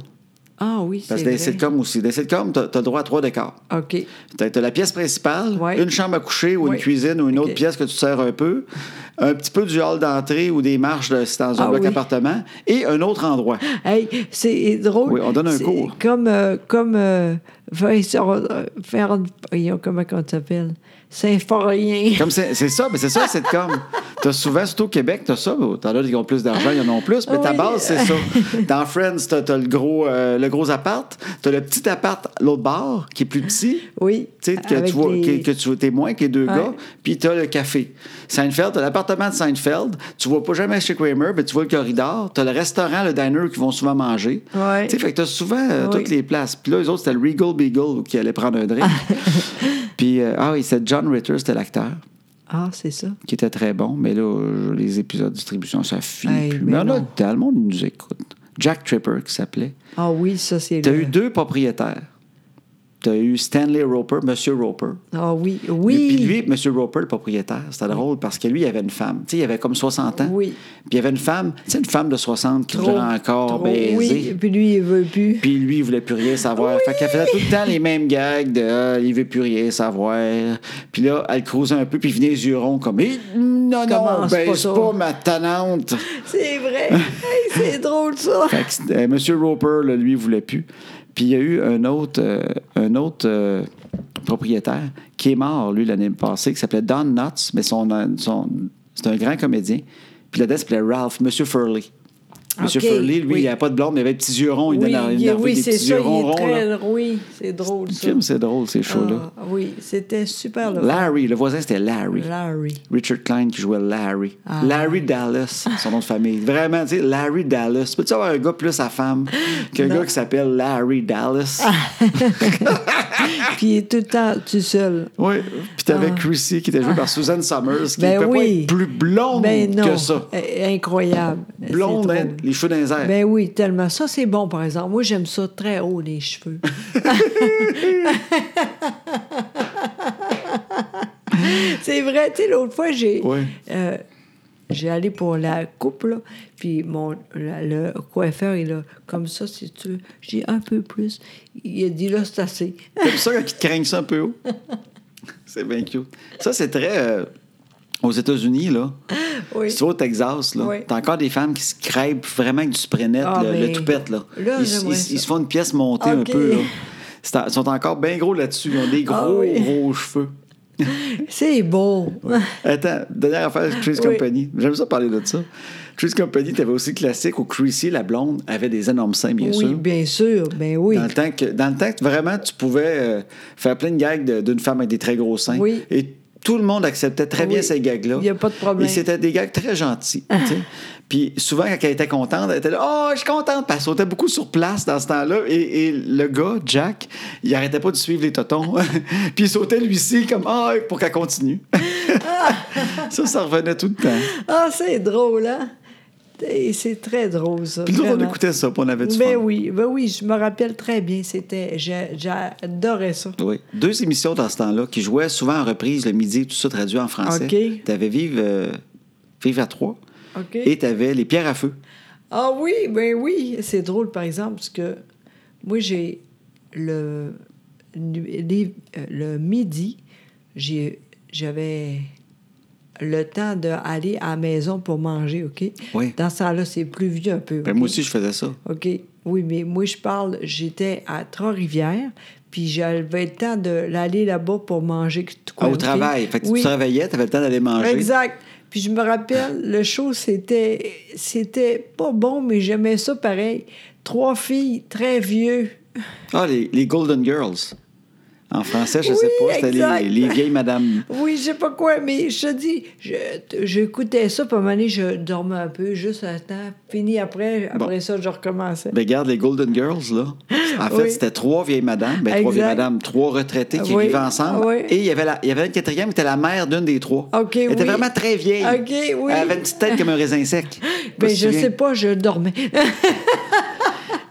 [SPEAKER 1] Ah oui, c'est
[SPEAKER 2] Parce que dans
[SPEAKER 1] vrai.
[SPEAKER 2] les sitcoms aussi. Dans les sitcoms, t'as t'as le droit à trois décors.
[SPEAKER 1] OK.
[SPEAKER 2] T'as t'as la pièce principale,
[SPEAKER 1] Ouais.
[SPEAKER 2] une chambre à coucher ou
[SPEAKER 1] Ouais.
[SPEAKER 2] une cuisine ou une
[SPEAKER 1] Ok.
[SPEAKER 2] autre pièce que tu te sers un peu, un petit peu du hall d'entrée ou des marches de, si t'es dans un
[SPEAKER 1] Ah
[SPEAKER 2] bloc
[SPEAKER 1] oui.
[SPEAKER 2] appartement et un autre endroit.
[SPEAKER 1] Hey, c'est drôle.
[SPEAKER 2] Oui, on donne un
[SPEAKER 1] C'est
[SPEAKER 2] cours.
[SPEAKER 1] Comme, euh, comme euh, faire, faire- voyons, comment on s'appelle? Symphorien.
[SPEAKER 2] Comme c'est c'est ça, mais c'est ça, c'est comme. T'as souvent, surtout au Québec, t'as ça. Bon, T'en as qui ont plus d'argent, ils en ont plus, mais ta
[SPEAKER 1] Oui.
[SPEAKER 2] base, c'est ça. Dans Friends, t'as t'as le gros, euh, le gros appart, t'as le petit appart, l'autre bar, qui est plus petit.
[SPEAKER 1] Oui.
[SPEAKER 2] Tu sais, que
[SPEAKER 1] avec
[SPEAKER 2] tu vois,
[SPEAKER 1] des-
[SPEAKER 2] que, que tu es moins que les deux
[SPEAKER 1] Ouais.
[SPEAKER 2] gars, puis tu as le café. Seinfeld, tu l'appartement de Seinfeld, tu vois pas jamais chez Kramer, mais tu vois le corridor, tu as le restaurant, le diner qui vont souvent manger.
[SPEAKER 1] Ouais.
[SPEAKER 2] Tu sais, fait que tu as souvent euh,
[SPEAKER 1] Oui.
[SPEAKER 2] toutes les places. Puis là, eux autres, c'était le Regal Beagle qui allait prendre un drink. puis, euh, ah oui, c'est John Ritter, c'était l'acteur
[SPEAKER 1] Ah, c'est ça.
[SPEAKER 2] qui était très bon, mais là, euh, les épisodes de distribution, ça finit
[SPEAKER 1] Hey,
[SPEAKER 2] plus.
[SPEAKER 1] mais
[SPEAKER 2] Mais, on a
[SPEAKER 1] non.
[SPEAKER 2] le temps, le monde nous écoute. Jack Tripper, qui s'appelait.
[SPEAKER 1] Ah oui, ça, c'est
[SPEAKER 2] Tu as
[SPEAKER 1] le-
[SPEAKER 2] eu deux propriétaires. Tu as eu Stanley Roper, Monsieur Roper.
[SPEAKER 1] Ah oui, oui.
[SPEAKER 2] Puis lui, M. Roper, le propriétaire, c'était drôle parce que lui, il avait une femme. Tu sais, il avait comme 60 ans.
[SPEAKER 1] Oui.
[SPEAKER 2] Puis il avait une femme, tu sais, une femme de 60 qui voulait encore
[SPEAKER 1] trop-
[SPEAKER 2] baiser.
[SPEAKER 1] Oui, puis lui, il veut plus.
[SPEAKER 2] Puis lui, il voulait plus rien savoir. Fait qu'elle faisait tout le temps les mêmes gags de euh, il veut plus rien savoir. Puis là, elle creusait un peu, puis il venait les yeux ronds comme Eh, Non, non,
[SPEAKER 1] Commence pas
[SPEAKER 2] baise
[SPEAKER 1] ça.
[SPEAKER 2] pas, ma tanante.
[SPEAKER 1] C'est vrai. Hey, c'est drôle, ça.
[SPEAKER 2] Fait que c'était- euh, Monsieur Roper, là, lui, il voulait plus. Puis il y a eu un autre, euh, un autre euh, propriétaire qui est mort, lui, l'année passée, qui s'appelait Don Knotts, mais son, euh, son, c'est un grand comédien. Puis le date s'appelait Ralph, Monsieur Furley. Monsieur
[SPEAKER 1] Ok,
[SPEAKER 2] Furley, lui,
[SPEAKER 1] oui.
[SPEAKER 2] il n'avait pas de blonde, mais il avait des petits yeux ronds. Il
[SPEAKER 1] oui,
[SPEAKER 2] donnait- il
[SPEAKER 1] il-
[SPEAKER 2] énervait
[SPEAKER 1] oui,
[SPEAKER 2] des
[SPEAKER 1] c'est
[SPEAKER 2] petits yeux
[SPEAKER 1] ça, il
[SPEAKER 2] ronds
[SPEAKER 1] est
[SPEAKER 2] ronds. là.
[SPEAKER 1] très... Oui, c'est drôle,
[SPEAKER 2] Le
[SPEAKER 1] ça.
[SPEAKER 2] film, c'est drôle, ces shows-là.
[SPEAKER 1] Ah, oui, c'était super le
[SPEAKER 2] Larry, le voisin, c'était Larry.
[SPEAKER 1] Larry.
[SPEAKER 2] Richard Klein qui jouait Larry.
[SPEAKER 1] Ah.
[SPEAKER 2] Larry Dallas, son nom de famille. Vraiment, tu sais, Larry Dallas. Peux-tu avoir un gars plus à femme qu'un gars qui s'appelle Larry Dallas?
[SPEAKER 1] Ah. Puis il est tout le temps tout seul.
[SPEAKER 2] Oui. Puis t'avais Chrissy qui était joué par Susan Summers, qui ne
[SPEAKER 1] Ah. Ben
[SPEAKER 2] peut
[SPEAKER 1] oui.
[SPEAKER 2] pas être plus blonde
[SPEAKER 1] Ben non.
[SPEAKER 2] que ça.
[SPEAKER 1] Eh, Incroyable.
[SPEAKER 2] Blonde,
[SPEAKER 1] C'est
[SPEAKER 2] hein,
[SPEAKER 1] drôle.
[SPEAKER 2] les cheveux dans les airs.
[SPEAKER 1] Ben oui, tellement. Ça, c'est bon, par exemple. Moi, j'aime ça très haut, les cheveux. c'est vrai, tu sais, l'autre fois, j'ai.
[SPEAKER 2] Ouais.
[SPEAKER 1] euh, j'ai allé pour la coupe, là, puis mon, la- le coiffeur, il a comme ça, si tu veux. J'ai un peu plus. Il a dit, là, c'est assez.
[SPEAKER 2] T'aimes ça quand ils te craignent ça un peu haut? C'est bien cute. Ça, c'est très... euh, aux États-Unis, là.
[SPEAKER 1] Oui.
[SPEAKER 2] Si tu vas au Texas, là,
[SPEAKER 1] Oui.
[SPEAKER 2] t'as encore des femmes qui se crêpent vraiment avec du spray net,
[SPEAKER 1] Ah,
[SPEAKER 2] le,
[SPEAKER 1] ben,
[SPEAKER 2] le toupette, là.
[SPEAKER 1] là,
[SPEAKER 2] ils,
[SPEAKER 1] j'aimerais
[SPEAKER 2] ils-
[SPEAKER 1] ça.
[SPEAKER 2] ils se font une pièce montée un
[SPEAKER 1] Ok.
[SPEAKER 2] peu, là. C'est en- Ils sont encore bien gros là-dessus. Ils ont des gros,
[SPEAKER 1] Ah oui.
[SPEAKER 2] gros cheveux.
[SPEAKER 1] C'est beau.
[SPEAKER 2] Attends, dernière affaire, Chris
[SPEAKER 1] Oui.
[SPEAKER 2] Company. J'aime ça parler de ça. Chris Company, t'avais aussi le classique où Chrissy, la blonde, avait des énormes seins, bien
[SPEAKER 1] oui,
[SPEAKER 2] sûr.
[SPEAKER 1] bien sûr. Ben oui.
[SPEAKER 2] Dans le temps que, dans le temps que vraiment tu pouvais euh, faire plein de gags de- d'une femme avec des très gros seins.
[SPEAKER 1] Oui.
[SPEAKER 2] Et tout le monde acceptait très bien
[SPEAKER 1] Oui.
[SPEAKER 2] ces gags-là.
[SPEAKER 1] Il y a pas de problème.
[SPEAKER 2] Et c'était des gags très gentils. tu sais. Puis souvent, quand elle était contente, elle était là Oh, je suis contente. Puis elle sautait beaucoup sur place dans ce temps-là. Et, et le gars, Jack, il arrêtait pas de suivre les totons. Puis il sautait lui-ci comme Ah, pour qu'elle continue. ça, ça revenait tout le temps.
[SPEAKER 1] Ah, c'est drôle, hein? Et C'est très drôle, ça.
[SPEAKER 2] Puis nous autres, on
[SPEAKER 1] vraiment.
[SPEAKER 2] écoutait ça, puis on avait du
[SPEAKER 1] Ben
[SPEAKER 2] fun.
[SPEAKER 1] oui, ben oui, je me rappelle très bien. C'était, j'a- j'adorais ça.
[SPEAKER 2] Oui. Deux émissions dans ce temps-là qui jouaient souvent en reprise le midi, tout ça traduit en français.
[SPEAKER 1] OK.
[SPEAKER 2] Tu avais Vive, euh, Vive à trois
[SPEAKER 1] OK.
[SPEAKER 2] et tu avais Les Pierres à Feu.
[SPEAKER 1] Ah oui, ben oui, c'est drôle, par exemple, parce que moi, j'ai le, nu- les- euh, le midi, j'ai- j'avais le temps d'aller à la maison pour manger, OK?
[SPEAKER 2] Oui.
[SPEAKER 1] Dans ça là c'est plus vieux un peu.
[SPEAKER 2] Ben,
[SPEAKER 1] OK?
[SPEAKER 2] moi aussi, je faisais ça.
[SPEAKER 1] OK. Oui, mais moi, je parle, j'étais à Trois-Rivières, puis j'avais le temps de- d'aller là-bas pour manger. tout
[SPEAKER 2] Ah,
[SPEAKER 1] quoi,
[SPEAKER 2] Au
[SPEAKER 1] OK?
[SPEAKER 2] travail. Fait que
[SPEAKER 1] Oui,
[SPEAKER 2] tu travaillais, tu avais le temps d'aller manger.
[SPEAKER 1] Exact. Puis je me rappelle, le show, c'était c'était pas bon, mais j'aimais ça pareil. Trois filles, très vieux.
[SPEAKER 2] Ah, les, les Golden Girls. En français, je ne
[SPEAKER 1] Oui,
[SPEAKER 2] sais pas, c'était les,
[SPEAKER 1] exact.
[SPEAKER 2] les vieilles madames.
[SPEAKER 1] Oui, je sais pas quoi, mais je te dis, je- j'écoutais ça, puis à un moment donné, je dormais un peu, juste à temps. Fini après, après ça, je recommençais.
[SPEAKER 2] Ben, regarde les Golden Girls, là. En fait,
[SPEAKER 1] Oui.
[SPEAKER 2] c'était trois vieilles madames, ben, trois
[SPEAKER 1] Exact.
[SPEAKER 2] vieilles madames, trois retraités qui
[SPEAKER 1] Oui.
[SPEAKER 2] vivaient ensemble.
[SPEAKER 1] Oui.
[SPEAKER 2] Et il y avait la, il y avait une quatrième qui était la mère d'une des trois.
[SPEAKER 1] OK,
[SPEAKER 2] Elle était
[SPEAKER 1] oui.
[SPEAKER 2] vraiment très vieille.
[SPEAKER 1] OK, oui.
[SPEAKER 2] Elle avait une petite tête comme un raisin sec. Pas
[SPEAKER 1] Ben,
[SPEAKER 2] si
[SPEAKER 1] je
[SPEAKER 2] bien.
[SPEAKER 1] sais pas, je dormais.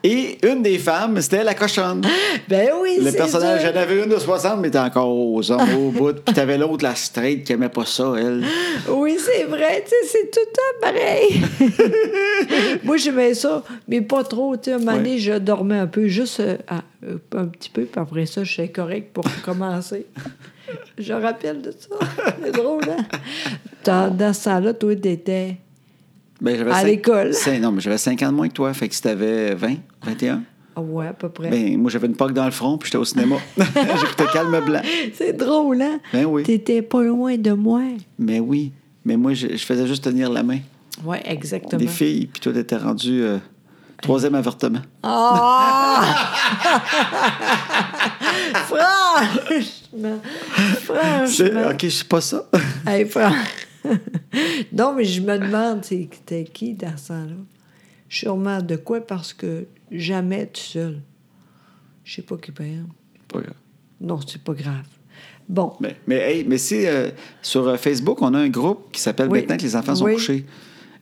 [SPEAKER 2] Et une des femmes, c'était la cochonne.
[SPEAKER 1] ben oui,
[SPEAKER 2] Le
[SPEAKER 1] c'est
[SPEAKER 2] personnage,
[SPEAKER 1] sûr.
[SPEAKER 2] j'en avais une de 60, mais était encore aux ombres, au bout. Puis t'avais l'autre, la straight, qui aimait pas ça, elle.
[SPEAKER 1] Oui, c'est vrai, tu sais, c'est tout le temps pareil. Moi, j'aimais ça, mais pas trop, tu sais. À un moment donné, je dormais un peu, juste euh, à- euh, un petit peu, puis après ça, j'étais correct pour commencer. je rappelle de ça. C'est drôle, hein? Dans, dans ce temps-là, toi, t'étais...
[SPEAKER 2] Ben, j'avais
[SPEAKER 1] À
[SPEAKER 2] cinq-
[SPEAKER 1] l'école.
[SPEAKER 2] cinq- Non, mais j'avais 5 ans de moins que toi. Fait que si t'avais 20, 21,
[SPEAKER 1] Ah ouais, à peu près.
[SPEAKER 2] ben, moi, j'avais une poque dans le front, puis j'étais au cinéma. J'écoutais Calme Blanc.
[SPEAKER 1] C'est drôle, hein?
[SPEAKER 2] Ben oui.
[SPEAKER 1] T'étais pas loin de moi.
[SPEAKER 2] Mais oui. Mais moi, je, je faisais juste tenir la main
[SPEAKER 1] Oui, exactement.
[SPEAKER 2] des filles, puis toi, t'étais rendu euh, troisième avortement.
[SPEAKER 1] Ah! franchement!
[SPEAKER 2] C'est-
[SPEAKER 1] Franchement!
[SPEAKER 2] OK, je sais pas ça.
[SPEAKER 1] Hey, fran- non, mais je me demande, c'est- c'était qui dans ce temps-là? Sûrement de quoi? Parce que jamais tout seul. Je sais pas qui paye.
[SPEAKER 2] Pas grave.
[SPEAKER 1] Non, c'est pas grave. Bon.
[SPEAKER 2] Mais, mais, hey, mais si euh, sur euh, Facebook, on a un groupe qui s'appelle
[SPEAKER 1] Oui.
[SPEAKER 2] Maintenant que les enfants sont
[SPEAKER 1] Oui.
[SPEAKER 2] couchés.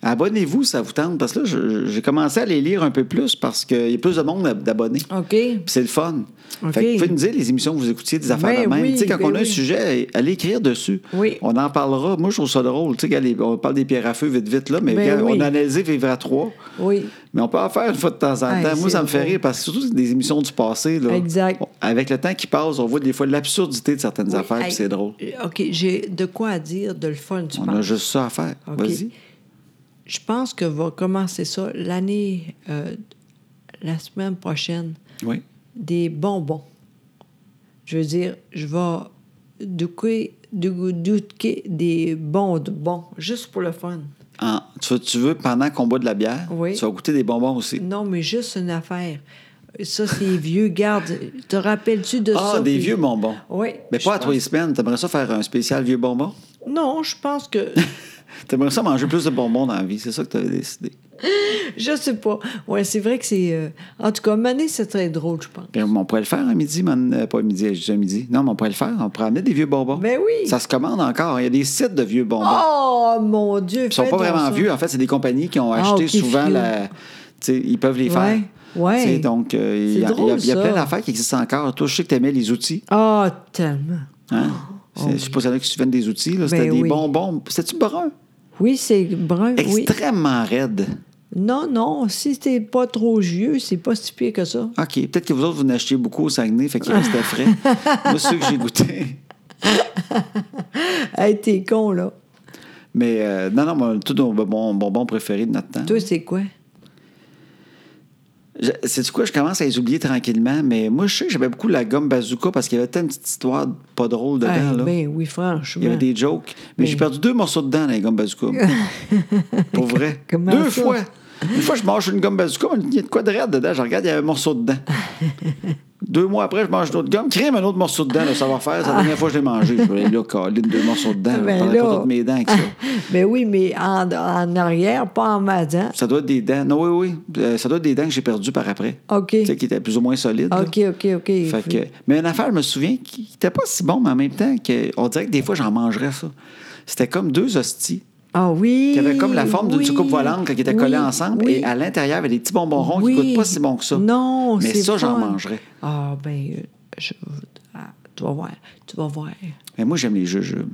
[SPEAKER 2] Abonnez-vous, ça vous tente. Parce que là, je- j'ai commencé à les lire un peu plus parce qu'il y a plus de monde d'ab- d'abonnés.
[SPEAKER 1] OK.
[SPEAKER 2] Puis c'est le fun.
[SPEAKER 1] OK.
[SPEAKER 2] Fait que vous pouvez nous dire les émissions que vous écoutiez, des affaires
[SPEAKER 1] Ben
[SPEAKER 2] de même.
[SPEAKER 1] oui,
[SPEAKER 2] tu sais, quand
[SPEAKER 1] ben
[SPEAKER 2] on a un
[SPEAKER 1] oui.
[SPEAKER 2] sujet, euh, allez écrire dessus.
[SPEAKER 1] Oui.
[SPEAKER 2] On en parlera. Moi, je trouve ça drôle. Tu sais, quand les- on parle des pierres à feu vite, vite, là, mais
[SPEAKER 1] Ben
[SPEAKER 2] quand
[SPEAKER 1] oui.
[SPEAKER 2] on a analysé Vivre à trois.
[SPEAKER 1] Oui.
[SPEAKER 2] Mais on peut en faire une fois de temps en
[SPEAKER 1] Hey,
[SPEAKER 2] temps. Moi,
[SPEAKER 1] c'est
[SPEAKER 2] ça me fait
[SPEAKER 1] drôle.
[SPEAKER 2] rire parce que surtout des émissions du passé. Là,
[SPEAKER 1] Exact.
[SPEAKER 2] on- avec le temps qui passe, on voit des fois l'absurdité de certaines
[SPEAKER 1] Oui,
[SPEAKER 2] affaires,
[SPEAKER 1] hey, Euh,
[SPEAKER 2] puis c'est drôle.
[SPEAKER 1] OK, j'ai de quoi à dire de le fun, tu
[SPEAKER 2] On
[SPEAKER 1] penses?
[SPEAKER 2] a juste ça à faire.
[SPEAKER 1] OK.
[SPEAKER 2] Vas-y.
[SPEAKER 1] Je pense que va commencer ça l'année, euh, la semaine prochaine,
[SPEAKER 2] Oui.
[SPEAKER 1] des bonbons. Je veux dire, je vais douquer, dou- douquer des bons de bons, juste pour le fun.
[SPEAKER 2] En- tu, veux, tu veux, pendant qu'on boit de la bière,
[SPEAKER 1] Oui.
[SPEAKER 2] tu vas goûter des bonbons aussi.
[SPEAKER 1] Non, mais juste une affaire. Ça, c'est vieux. Garde, te rappelles-tu de
[SPEAKER 2] Ah,
[SPEAKER 1] ça?
[SPEAKER 2] des
[SPEAKER 1] puis-
[SPEAKER 2] vieux bonbons.
[SPEAKER 1] Oui.
[SPEAKER 2] Mais
[SPEAKER 1] je
[SPEAKER 2] pas à
[SPEAKER 1] pense-
[SPEAKER 2] trois semaines. T'aimerais ça faire un spécial vieux bonbon?
[SPEAKER 1] Non, je pense que...
[SPEAKER 2] T'aimerais ça manger plus de bonbons dans la vie. C'est ça que t'avais décidé.
[SPEAKER 1] je sais pas. Ouais, c'est vrai que c'est... euh, En tout cas, Mané, c'est très drôle, je pense.
[SPEAKER 2] Puis on pourrait le faire à midi, man- euh, pas à midi, je dis à midi. Non, mais on pourrait le faire. On pourrait amener des vieux bonbons.
[SPEAKER 1] Ben oui.
[SPEAKER 2] Ça se commande encore. Il y a des sites de vieux bonbons.
[SPEAKER 1] Oh, mon Dieu!
[SPEAKER 2] Ah! Ils sont pas vraiment vieux. En fait, c'est des compagnies qui ont
[SPEAKER 1] Ah,
[SPEAKER 2] acheté
[SPEAKER 1] ok,
[SPEAKER 2] souvent
[SPEAKER 1] vieux.
[SPEAKER 2] la. tu sais, ils peuvent les faire.
[SPEAKER 1] Ouais, ouais.
[SPEAKER 2] Tu sais, Donc, euh, il y a,
[SPEAKER 1] C'est
[SPEAKER 2] il y a-
[SPEAKER 1] drôle,
[SPEAKER 2] il y a plein
[SPEAKER 1] ça.
[SPEAKER 2] d'affaires qui existent encore. Toi, je sais que tu aimais les outils.
[SPEAKER 1] Ah, tellement.
[SPEAKER 2] Hein? C'est- je sais pas si y en a qui se souviennent des outils. là. C'était des
[SPEAKER 1] Oh, Ben oui.
[SPEAKER 2] bonbons. C'était-tu brun?
[SPEAKER 1] Oui, c'est brun, oui.
[SPEAKER 2] Extrêmement raide.
[SPEAKER 1] Non, non, si t'es pas trop vieux, c'est pas si pire que ça.
[SPEAKER 2] OK. Peut-être que vous autres, vous en achetiez beaucoup au Saguenay, fait qu'il restait frais. Moi, c'est ceux que j'ai goûté.
[SPEAKER 1] Hey, t'es con, là.
[SPEAKER 2] Mais euh, non, non, moi, tout mon bonbon, bonbon préféré de notre temps.
[SPEAKER 1] Toi, c'est quoi?
[SPEAKER 2] Je- Sais-tu quoi? Je commence à les oublier tranquillement, mais moi, je sais que j'aimais beaucoup la gomme bazooka parce qu'il y avait tellement une petite histoire pas drôle dedans.
[SPEAKER 1] Hey,
[SPEAKER 2] là.
[SPEAKER 1] ben oui,
[SPEAKER 2] Il y
[SPEAKER 1] franchement.
[SPEAKER 2] avait des jokes. Mais, j'ai perdu deux morceaux de dents dans les gommes bazooka. Pour vrai.
[SPEAKER 1] Comment
[SPEAKER 2] deux
[SPEAKER 1] ça?
[SPEAKER 2] fois. Une fois, je mange une gomme bazooka, mais il y a de quoi de raide dedans. Je regarde, il y avait un morceau de dent. deux mois après, je mange une autre gomme. Crime, un autre morceau de dent, le savoir-faire. C'est la dernière fois que je l'ai mangé. Je voulais, là, câline, deux morceaux de dent. Je
[SPEAKER 1] Ah. Ben
[SPEAKER 2] parlais pas
[SPEAKER 1] là.
[SPEAKER 2] toutes mes dents avec ça.
[SPEAKER 1] Ben oui, mais en, en arrière, pas en avant.
[SPEAKER 2] Ça doit être des dents. Non, oui, oui. Euh, ça doit être des dents que j'ai perdues par après.
[SPEAKER 1] OK.
[SPEAKER 2] Tu sais, qui étaient plus ou moins solides. là.
[SPEAKER 1] OK, OK, OK.
[SPEAKER 2] Fait que- mais une affaire, je me souviens, qui n'était pas si bon, mais en même temps, que, on dirait que des fois, j'en mangerais ça. C'était comme deux hosties.
[SPEAKER 1] Ah oui!
[SPEAKER 2] qui avait comme la forme d'une
[SPEAKER 1] oui,
[SPEAKER 2] soucoupe volante là, qui était collée
[SPEAKER 1] oui,
[SPEAKER 2] ensemble.
[SPEAKER 1] oui.
[SPEAKER 2] Et à l'intérieur, il y avait des petits bonbons ronds qui
[SPEAKER 1] Oui.
[SPEAKER 2] ne coûtent pas si bon que ça.
[SPEAKER 1] Non,
[SPEAKER 2] Mais
[SPEAKER 1] c'est
[SPEAKER 2] ça, j'en
[SPEAKER 1] fun.
[SPEAKER 2] mangerais.
[SPEAKER 1] Ah, ben, euh, je- ah, tu vas voir, tu vas voir.
[SPEAKER 2] Mais moi, j'aime les jujubes.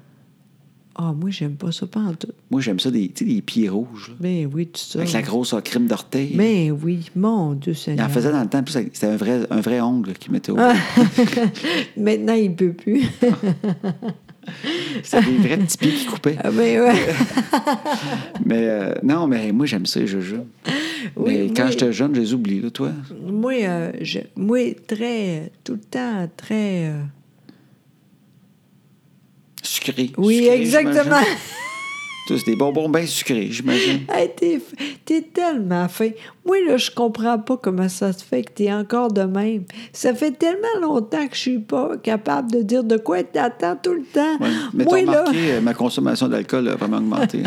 [SPEAKER 1] Ah, moi, j'aime pas ça, pas en tout.
[SPEAKER 2] Moi, j'aime ça, des, tu sais, des pieds rouges. là,
[SPEAKER 1] Ben oui, tout ça.
[SPEAKER 2] avec la grosse euh, crème d'orteil.
[SPEAKER 1] Ben oui, mon Dieu
[SPEAKER 2] Il
[SPEAKER 1] Seigneur.
[SPEAKER 2] en faisait dans le temps, puis ça- c'était un vrai, un vrai ongle qui mettait au.
[SPEAKER 1] Ah. Maintenant, il peut plus.
[SPEAKER 2] C'était des vrais petits pieds qui coupaient.
[SPEAKER 1] Ah, ben ouais.
[SPEAKER 2] Mais euh, non, mais moi, j'aime ça, les jujubes. mais
[SPEAKER 1] Oui,
[SPEAKER 2] quand
[SPEAKER 1] oui.
[SPEAKER 2] j'étais jeune, je les oublie, là, toi.
[SPEAKER 1] moi, euh, je, moi, très, euh, tout le temps, très... euh,
[SPEAKER 2] Sucré.
[SPEAKER 1] Oui,
[SPEAKER 2] sucré,
[SPEAKER 1] exactement.
[SPEAKER 2] j'imagine. Tous des bonbons bien sucrés, j'imagine.
[SPEAKER 1] Hey, t'es, f- t'es tellement fin. Moi, là, je comprends pas comment ça se fait que t'es encore de même. Ça fait tellement longtemps que je suis pas capable de dire de quoi t'attends tout le temps.
[SPEAKER 2] Ouais. Mais
[SPEAKER 1] Moi,
[SPEAKER 2] t'as
[SPEAKER 1] là,
[SPEAKER 2] remarqué, euh, ma consommation d'alcool a vraiment augmenté.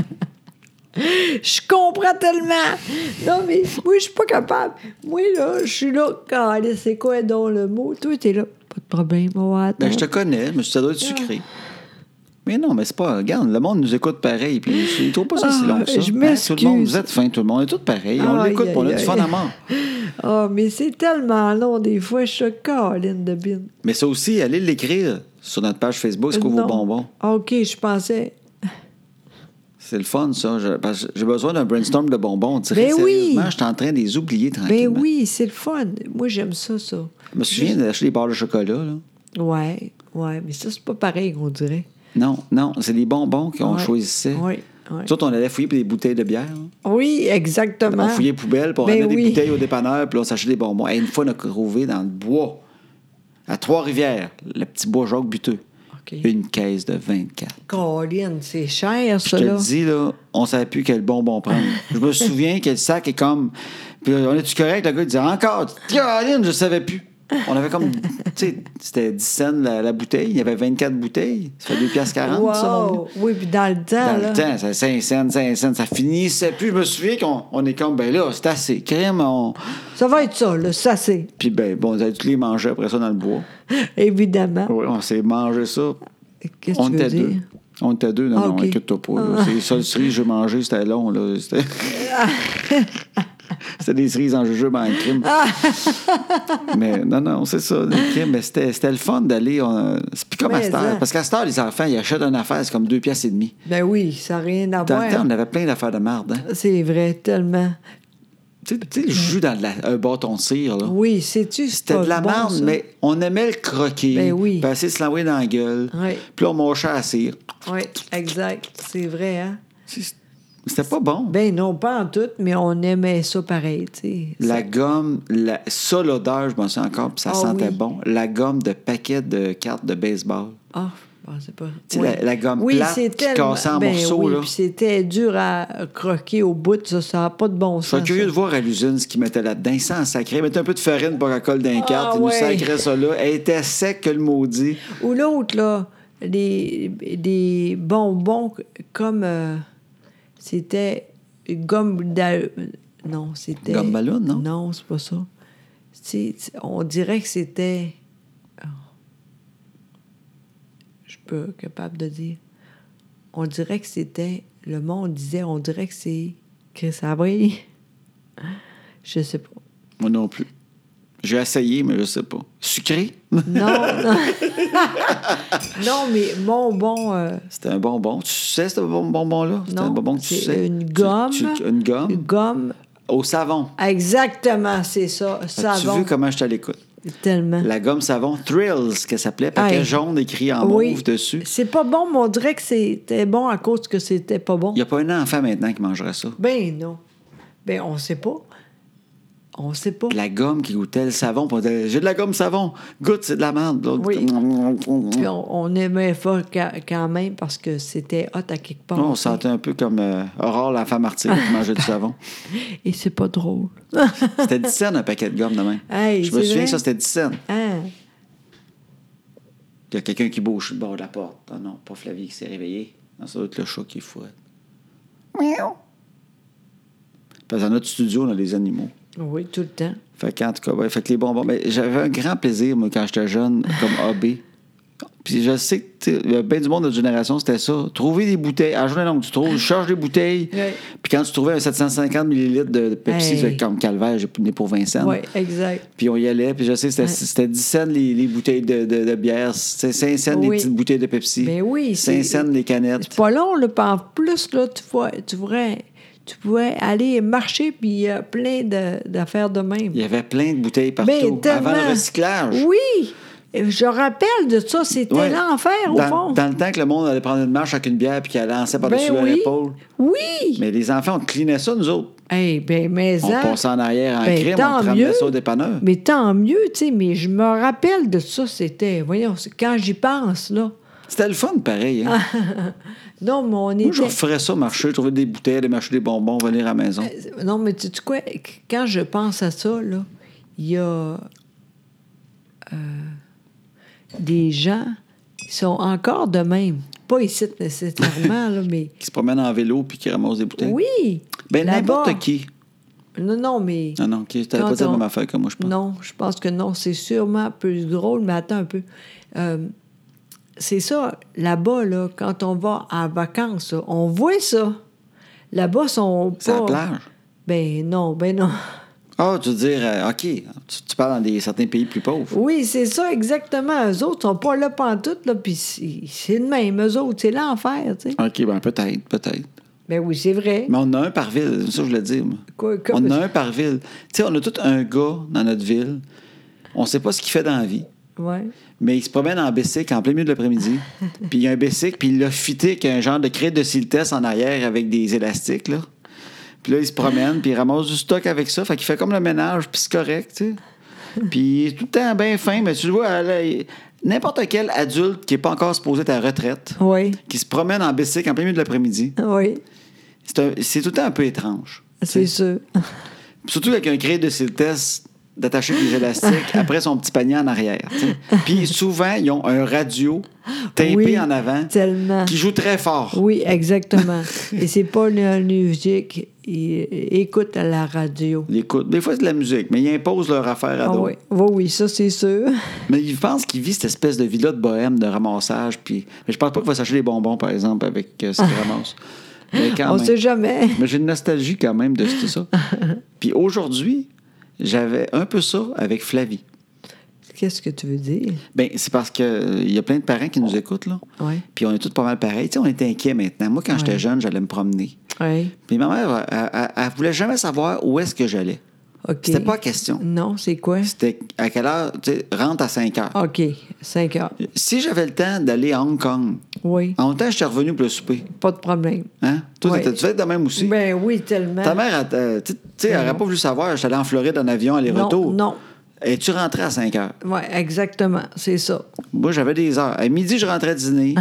[SPEAKER 1] je comprends tellement. Non, mais moi, je suis pas capable. Moi, là, je suis là. Quand, c'est quoi donc le mot? Toi, t'es là. Pas de problème, on va
[SPEAKER 2] ben,
[SPEAKER 1] attendre.
[SPEAKER 2] je te connais, mais ça doit
[SPEAKER 1] Ah.
[SPEAKER 2] être sucré. Mais non, mais c'est pas. Regarde, le monde nous écoute pareil, puis ils trouvent pas ça si
[SPEAKER 1] Ah,
[SPEAKER 2] long que ça.
[SPEAKER 1] je
[SPEAKER 2] Hein, tout le monde,
[SPEAKER 1] m'excuse.
[SPEAKER 2] vous êtes fins, tout le monde. On est tous pareils. on
[SPEAKER 1] Aïe,
[SPEAKER 2] l'écoute, puis on a
[SPEAKER 1] aïe,
[SPEAKER 2] du fun
[SPEAKER 1] aïe.
[SPEAKER 2] à mort.
[SPEAKER 1] Ah, mais c'est tellement long. Des fois, je suis Caroline de Bine.
[SPEAKER 2] Mais ça aussi, allez l'écrire sur notre page Facebook, c'est quoi vos
[SPEAKER 1] Euh, Non. Ah,
[SPEAKER 2] bonbons?
[SPEAKER 1] OK, je pensais.
[SPEAKER 2] C'est le fun, ça. Je- parce que J'ai besoin d'un brainstorm de bonbons. On dirait
[SPEAKER 1] Ben oui.
[SPEAKER 2] sérieusement, je suis en train de les oublier
[SPEAKER 1] Ben
[SPEAKER 2] tranquillement.
[SPEAKER 1] oui, c'est le fun. Moi, j'aime ça, ça.
[SPEAKER 2] Je me souviens d'acheter des barres de chocolat, là.
[SPEAKER 1] Ouais, ouais, mais ça, c'est pas pareil qu'on dirait.
[SPEAKER 2] Non, non, c'est des bonbons qu'on
[SPEAKER 1] Ouais.
[SPEAKER 2] choisissait.
[SPEAKER 1] Oui, oui.
[SPEAKER 2] Nous autres, on allait fouiller pour des bouteilles de bière. là.
[SPEAKER 1] Oui, exactement.
[SPEAKER 2] On fouillait les poubelles, puis on
[SPEAKER 1] Ben
[SPEAKER 2] ramenait des
[SPEAKER 1] oui.
[SPEAKER 2] bouteilles au dépanneur, puis là, on s'achetait des bonbons. Et une fois, on a trouvé dans le bois, à Trois-Rivières, le petit bois Jacques Buteux,
[SPEAKER 1] OK.
[SPEAKER 2] une caisse de 24.
[SPEAKER 1] Colline, c'est cher,
[SPEAKER 2] Je
[SPEAKER 1] ça,
[SPEAKER 2] te
[SPEAKER 1] Ben là.
[SPEAKER 2] le dis, là, on savait plus quel bonbon prendre. je me souviens que le sac est comme. Puis là, on est-tu correct? Le gars, il disait encore, Caroline, je savais plus. On avait comme. Tu sais, c'était 10 cents la, la bouteille. Il y avait 24 bouteilles. Ça fait 2 piastres 40, hein? ça. là.
[SPEAKER 1] Wow! Oui, puis dans le temps,
[SPEAKER 2] Dans
[SPEAKER 1] là.
[SPEAKER 2] le temps, ça 5 cents, 5 cents. Ça finissait plus. Je me souviens qu'on on est comme, ben là, c'est assez. Crème, on.
[SPEAKER 1] Ça va être ça, là, ça, c'est.
[SPEAKER 2] Puis ben, bon, on a tous les manger après ça dans le bois.
[SPEAKER 1] Évidemment.
[SPEAKER 2] Oui, on s'est mangé ça.
[SPEAKER 1] Qu'est-ce
[SPEAKER 2] On
[SPEAKER 1] que tu
[SPEAKER 2] était
[SPEAKER 1] veux
[SPEAKER 2] deux.
[SPEAKER 1] dire?
[SPEAKER 2] On était deux, non,
[SPEAKER 1] Ah,
[SPEAKER 2] non,
[SPEAKER 1] ok.
[SPEAKER 2] écoute-toi pas. là. C'est les seules cerises que j'ai mangées, c'était long, là. C'était... c'était des cerises en jujube en crime.
[SPEAKER 1] Ah.
[SPEAKER 2] mais non, non, c'est ça, le crime. Mais c'était, c'était le fun d'aller. on- C'est plus comme à
[SPEAKER 1] Mais,
[SPEAKER 2] cette heure.
[SPEAKER 1] hein.
[SPEAKER 2] Parce qu'à cette heure, les enfants, ils achètent une affaire, c'est comme deux pièces et demie.
[SPEAKER 1] Ben oui, ça n'a rien à
[SPEAKER 2] Dans le temps,
[SPEAKER 1] voir.
[SPEAKER 2] on avait plein d'affaires de marde. hein.
[SPEAKER 1] C'est vrai, tellement.
[SPEAKER 2] Tu sais- tu sais, le jus dans de la- un bâton de cire, là.
[SPEAKER 1] Oui, sais-tu, c'est
[SPEAKER 2] C'était
[SPEAKER 1] pas
[SPEAKER 2] de la
[SPEAKER 1] bon,
[SPEAKER 2] marde,
[SPEAKER 1] ça.
[SPEAKER 2] mais on aimait le croquer.
[SPEAKER 1] Ben oui.
[SPEAKER 2] Puis essayer de se l'envoyer dans la gueule.
[SPEAKER 1] Ouais.
[SPEAKER 2] Puis là, on mâchait à la cire.
[SPEAKER 1] Oui, exact. C'est vrai, hein?
[SPEAKER 2] C'est- C'était pas bon.
[SPEAKER 1] Ben non, pas en tout, mais on aimait ça pareil, tu sais.
[SPEAKER 2] La gomme, la, ça, l'odeur, je m'en souviens encore, puis ça
[SPEAKER 1] Ben, Ah
[SPEAKER 2] sentait
[SPEAKER 1] oui.
[SPEAKER 2] bon. La gomme de paquets de cartes de baseball.
[SPEAKER 1] Ah, je pensais pas.
[SPEAKER 2] Tu sais, la- la gomme plate
[SPEAKER 1] c'est
[SPEAKER 2] qui
[SPEAKER 1] tellement-
[SPEAKER 2] cassait en
[SPEAKER 1] ben
[SPEAKER 2] morceaux,
[SPEAKER 1] oui,
[SPEAKER 2] là.
[SPEAKER 1] puis c'était dur à croquer au bout, ça, ça n'a pas de bon
[SPEAKER 2] Je
[SPEAKER 1] sens.
[SPEAKER 2] serais curieux
[SPEAKER 1] Ah, ça.
[SPEAKER 2] de voir à l'usine ce qu'ils mettaient là-dedans. Ils s'en sacraient. Ils mettaient un peu de farine pour colle d'un
[SPEAKER 1] Ah
[SPEAKER 2] carte. Ils nous
[SPEAKER 1] ouais.
[SPEAKER 2] sacraient ça là. Elle était sec que le maudit.
[SPEAKER 1] Ou l'autre, là, les, les bonbons comme... euh, c'était gomme... d'a- Non, c'était...
[SPEAKER 2] Gomme ballon, non?
[SPEAKER 1] Non, c'est pas ça. C'est- c'est- on dirait que c'était... oh. Je suis pas capable de dire. On dirait que c'était... Le monde disait, on dirait que c'est Chris Avril. Je sais pas.
[SPEAKER 2] Moi non plus. J'ai essayé, mais je sais pas. Sucré?
[SPEAKER 1] Non, non. non, mais mon bon... euh,
[SPEAKER 2] C'était un bonbon. Tu sais ce bon- bonbon-là? C'était un
[SPEAKER 1] Non,
[SPEAKER 2] bonbon que tu
[SPEAKER 1] c'est
[SPEAKER 2] sais.
[SPEAKER 1] une
[SPEAKER 2] Tu-
[SPEAKER 1] gomme.
[SPEAKER 2] tu- une gomme.
[SPEAKER 1] Une gomme.
[SPEAKER 2] Au savon.
[SPEAKER 1] Ah, Exactement, c'est ça.
[SPEAKER 2] As-tu
[SPEAKER 1] Savon.
[SPEAKER 2] vu comment je t'ai à l'écoute?
[SPEAKER 1] Tellement.
[SPEAKER 2] La gomme savon Thrills, que ça s'appelait. Paquet
[SPEAKER 1] Aïe.
[SPEAKER 2] jaune écrit en
[SPEAKER 1] Oui.
[SPEAKER 2] mauve dessus.
[SPEAKER 1] C'est pas bon, mais on dirait que c'était bon à cause que c'était pas bon.
[SPEAKER 2] Il n'y a pas un enfant maintenant qui mangerait ça.
[SPEAKER 1] Ben non. Ben on sait pas. On sait pas.
[SPEAKER 2] La gomme qui goûtait le savon, puis on disait J'ai de la gomme savon, goûte, c'est de la merde. L'autre,
[SPEAKER 1] Oui. Puis
[SPEAKER 2] On,
[SPEAKER 1] on, on aimait fort ca- quand même parce que c'était hot à quelque part.
[SPEAKER 2] on sentait un peu comme euh, Aurore, la femme martyre, qui mangeait du savon.
[SPEAKER 1] Et c'est pas drôle.
[SPEAKER 2] C'était 10 cents un paquet de gomme demain.
[SPEAKER 1] Hey,
[SPEAKER 2] Je me
[SPEAKER 1] c'est
[SPEAKER 2] souviens
[SPEAKER 1] vrai?
[SPEAKER 2] que ça, c'était 10 cents.
[SPEAKER 1] Hein?
[SPEAKER 2] Il y a quelqu'un qui bouge sur le bord de la porte. Ah non, pas Flavie qui s'est réveillée. Non, ça doit être le chat qui fouette. Parce que dans notre studio, on a des animaux.
[SPEAKER 1] Oui, tout le temps.
[SPEAKER 2] Fait que, en tout cas, ouais, fait que les bonbons. ben, j'avais un grand plaisir, moi, quand j'étais jeune, comme hobby. Puis je sais que tu sais, il y a bien du monde de notre génération, c'était ça. Trouver des bouteilles. À la journée longue, tu trouves, tu cherches des bouteilles.
[SPEAKER 1] Ouais.
[SPEAKER 2] Puis quand tu trouvais un 750 millilitres de Pepsi,
[SPEAKER 1] Hey.
[SPEAKER 2] tu fais comme calvaire, j'ai pris pour 20 cents.
[SPEAKER 1] Oui, exact.
[SPEAKER 2] Puis on y allait, puis je sais, c'était, c'était 10 cents les, les bouteilles de, de, de bière, c'est 5 cents les
[SPEAKER 1] Oui.
[SPEAKER 2] petites bouteilles de Pepsi,
[SPEAKER 1] Ben oui,
[SPEAKER 2] 5
[SPEAKER 1] c'est-
[SPEAKER 2] cents les canettes.
[SPEAKER 1] C'est pas long, là. puis En plus, là, tu vois, tu pourrais, tu pourrais aller marcher, puis il y a plein de- d'affaires de même.
[SPEAKER 2] Il y avait plein de bouteilles partout
[SPEAKER 1] Ben,
[SPEAKER 2] avant le
[SPEAKER 1] tellement.
[SPEAKER 2] recyclage.
[SPEAKER 1] Oui! Je rappelle de ça, c'était
[SPEAKER 2] Ouais.
[SPEAKER 1] l'enfer, au
[SPEAKER 2] dans,
[SPEAKER 1] fond.
[SPEAKER 2] Dans le temps que le monde allait prendre une marche avec une bière puis qu'elle lançait par-dessus
[SPEAKER 1] ben
[SPEAKER 2] leur
[SPEAKER 1] oui.
[SPEAKER 2] épaule.
[SPEAKER 1] Oui!
[SPEAKER 2] Mais les enfants, on clinait ça, nous autres.
[SPEAKER 1] Eh ben, mais
[SPEAKER 2] On
[SPEAKER 1] en-
[SPEAKER 2] passait en arrière en
[SPEAKER 1] Ben,
[SPEAKER 2] crime, on
[SPEAKER 1] tant
[SPEAKER 2] te ramenait
[SPEAKER 1] mieux. Ben.
[SPEAKER 2] ça au dépanneur.
[SPEAKER 1] Mais tant mieux, tu sais, mais je me rappelle de ça, c'était... Voyons, c'est- quand j'y pense, là,
[SPEAKER 2] C'était le fun, pareil. hein.
[SPEAKER 1] Ah, Non, mais on
[SPEAKER 2] Moi,
[SPEAKER 1] était...
[SPEAKER 2] je referais ça, marcher, trouver des bouteilles, aller marcher des bonbons, venir à la maison.
[SPEAKER 1] Euh, Non, mais tu sais quoi? Qu- Quand je pense à ça, là, il y a euh, des gens qui sont encore de même. Pas ici nécessairement, là, mais
[SPEAKER 2] Qui se promènent en vélo puis qui ramassent des bouteilles.
[SPEAKER 1] oui.
[SPEAKER 2] Ben,
[SPEAKER 1] là-bas.
[SPEAKER 2] n'importe qui.
[SPEAKER 1] Non, non, mais.
[SPEAKER 2] Non, non, qui t'avais
[SPEAKER 1] Quand
[SPEAKER 2] pas dit la
[SPEAKER 1] on-
[SPEAKER 2] même affaire que moi, je pense.
[SPEAKER 1] Non, je pense que non. C'est sûrement plus drôle, mais attends un peu. Euh, c'est ça, là-bas, là, quand on va en vacances, là, on voit ça. Là-bas, ils sont pas...
[SPEAKER 2] C'est à la plage.
[SPEAKER 1] Ben non, ben non.
[SPEAKER 2] Ah, tu veux dire, euh, OK, tu, tu parles dans des, certains pays plus pauvres.
[SPEAKER 1] Oui, c'est ça, exactement. Eux autres sont pas là pantoute, là, puis c'est c'est le même, eux autres. C'est l'enfer, tu sais.
[SPEAKER 2] OK, ben peut-être, peut-être.
[SPEAKER 1] Ben oui, c'est vrai.
[SPEAKER 2] Mais on en a un par ville, c'est ça que je voulais dire. moi.
[SPEAKER 1] Quoi- quoi-
[SPEAKER 2] on en a un par ville. Tu sais, on a tout un gars dans notre ville. On sait pas ce qu'il fait dans la vie.
[SPEAKER 1] Ouais.
[SPEAKER 2] Mais il se promène en bicycle en plein milieu de l'après-midi. puis il y a un bicycle, puis il l'a fité avec un genre de crête de siltès en arrière avec des élastiques, là. Puis là, il se promène, puis il ramasse du stock avec ça. Fait qu'il fait comme le ménage, puis c'est correct, tu sais. Puis il est tout le temps bien fin, mais tu le vois, là, il- n'importe quel adulte qui n'est pas encore supposé être à la retraite,
[SPEAKER 1] Oui,
[SPEAKER 2] qui se promène en bicycle en plein milieu de l'après-midi,
[SPEAKER 1] oui,
[SPEAKER 2] c'est un- c'est tout le temps un peu étrange.
[SPEAKER 1] c'est sûr.
[SPEAKER 2] Surtout avec un crée de siltès d'attacher avec des élastiques après son petit panier en arrière. tu sais. Puis souvent, ils ont un radio tapé
[SPEAKER 1] Oui,
[SPEAKER 2] en avant
[SPEAKER 1] tellement.
[SPEAKER 2] qui joue très fort.
[SPEAKER 1] Oui, exactement. Et c'est pas la musique. Ils écoutent à la radio.
[SPEAKER 2] Ils écoutent. Des fois, c'est de la musique, mais ils imposent leur affaire à
[SPEAKER 1] Ah
[SPEAKER 2] d'autres.
[SPEAKER 1] oui. oui, oui, ça, c'est sûr.
[SPEAKER 2] Mais ils pensent qu'ils vivent cette espèce de villa de bohème, de ramassage. Puis... Mais je pense pas qu'ils vont s'acheter des bonbons, par exemple, avec euh, ce qu'ils ramassent. Mais quand
[SPEAKER 1] On
[SPEAKER 2] même.
[SPEAKER 1] sait jamais.
[SPEAKER 2] Mais j'ai une nostalgie quand même de tout ça. Puis aujourd'hui, j'avais un peu ça avec Flavie.
[SPEAKER 1] Qu'est-ce que tu veux dire?
[SPEAKER 2] Ben, c'est parce que euh, il y a plein de parents qui nous écoutent, là.
[SPEAKER 1] Ouais.
[SPEAKER 2] Puis on est tous pas mal pareils. Tu sais, on est inquiets maintenant. Moi, quand j'étais jeune, j'allais me promener.
[SPEAKER 1] Oui.
[SPEAKER 2] Puis ma mère, elle, elle- elle voulait jamais savoir où est-ce que j'allais.
[SPEAKER 1] OK.
[SPEAKER 2] C'était pas question.
[SPEAKER 1] Non, c'est quoi?
[SPEAKER 2] C'était à quelle heure, tu sais, rentre à 5 heures.
[SPEAKER 1] OK, 5 heures.
[SPEAKER 2] Si j'avais le temps d'aller à Hong Kong,
[SPEAKER 1] Oui,
[SPEAKER 2] en même temps, j'étais revenu pour le souper.
[SPEAKER 1] pas de problème.
[SPEAKER 2] Hein? Toi,
[SPEAKER 1] Ouais.
[SPEAKER 2] t'étais- tu fais de même aussi.
[SPEAKER 1] Ben oui, tellement.
[SPEAKER 2] Ta mère, elle, euh, tu tu sais, elle n'aurait pas voulu savoir. J'étais allé en Floride en avion,
[SPEAKER 1] Non,
[SPEAKER 2] aller-retour.
[SPEAKER 1] non.
[SPEAKER 2] Et tu rentrais à 5 heures.
[SPEAKER 1] Oui, exactement, c'est ça.
[SPEAKER 2] Moi, j'avais des heures. À midi, je rentrais dîner.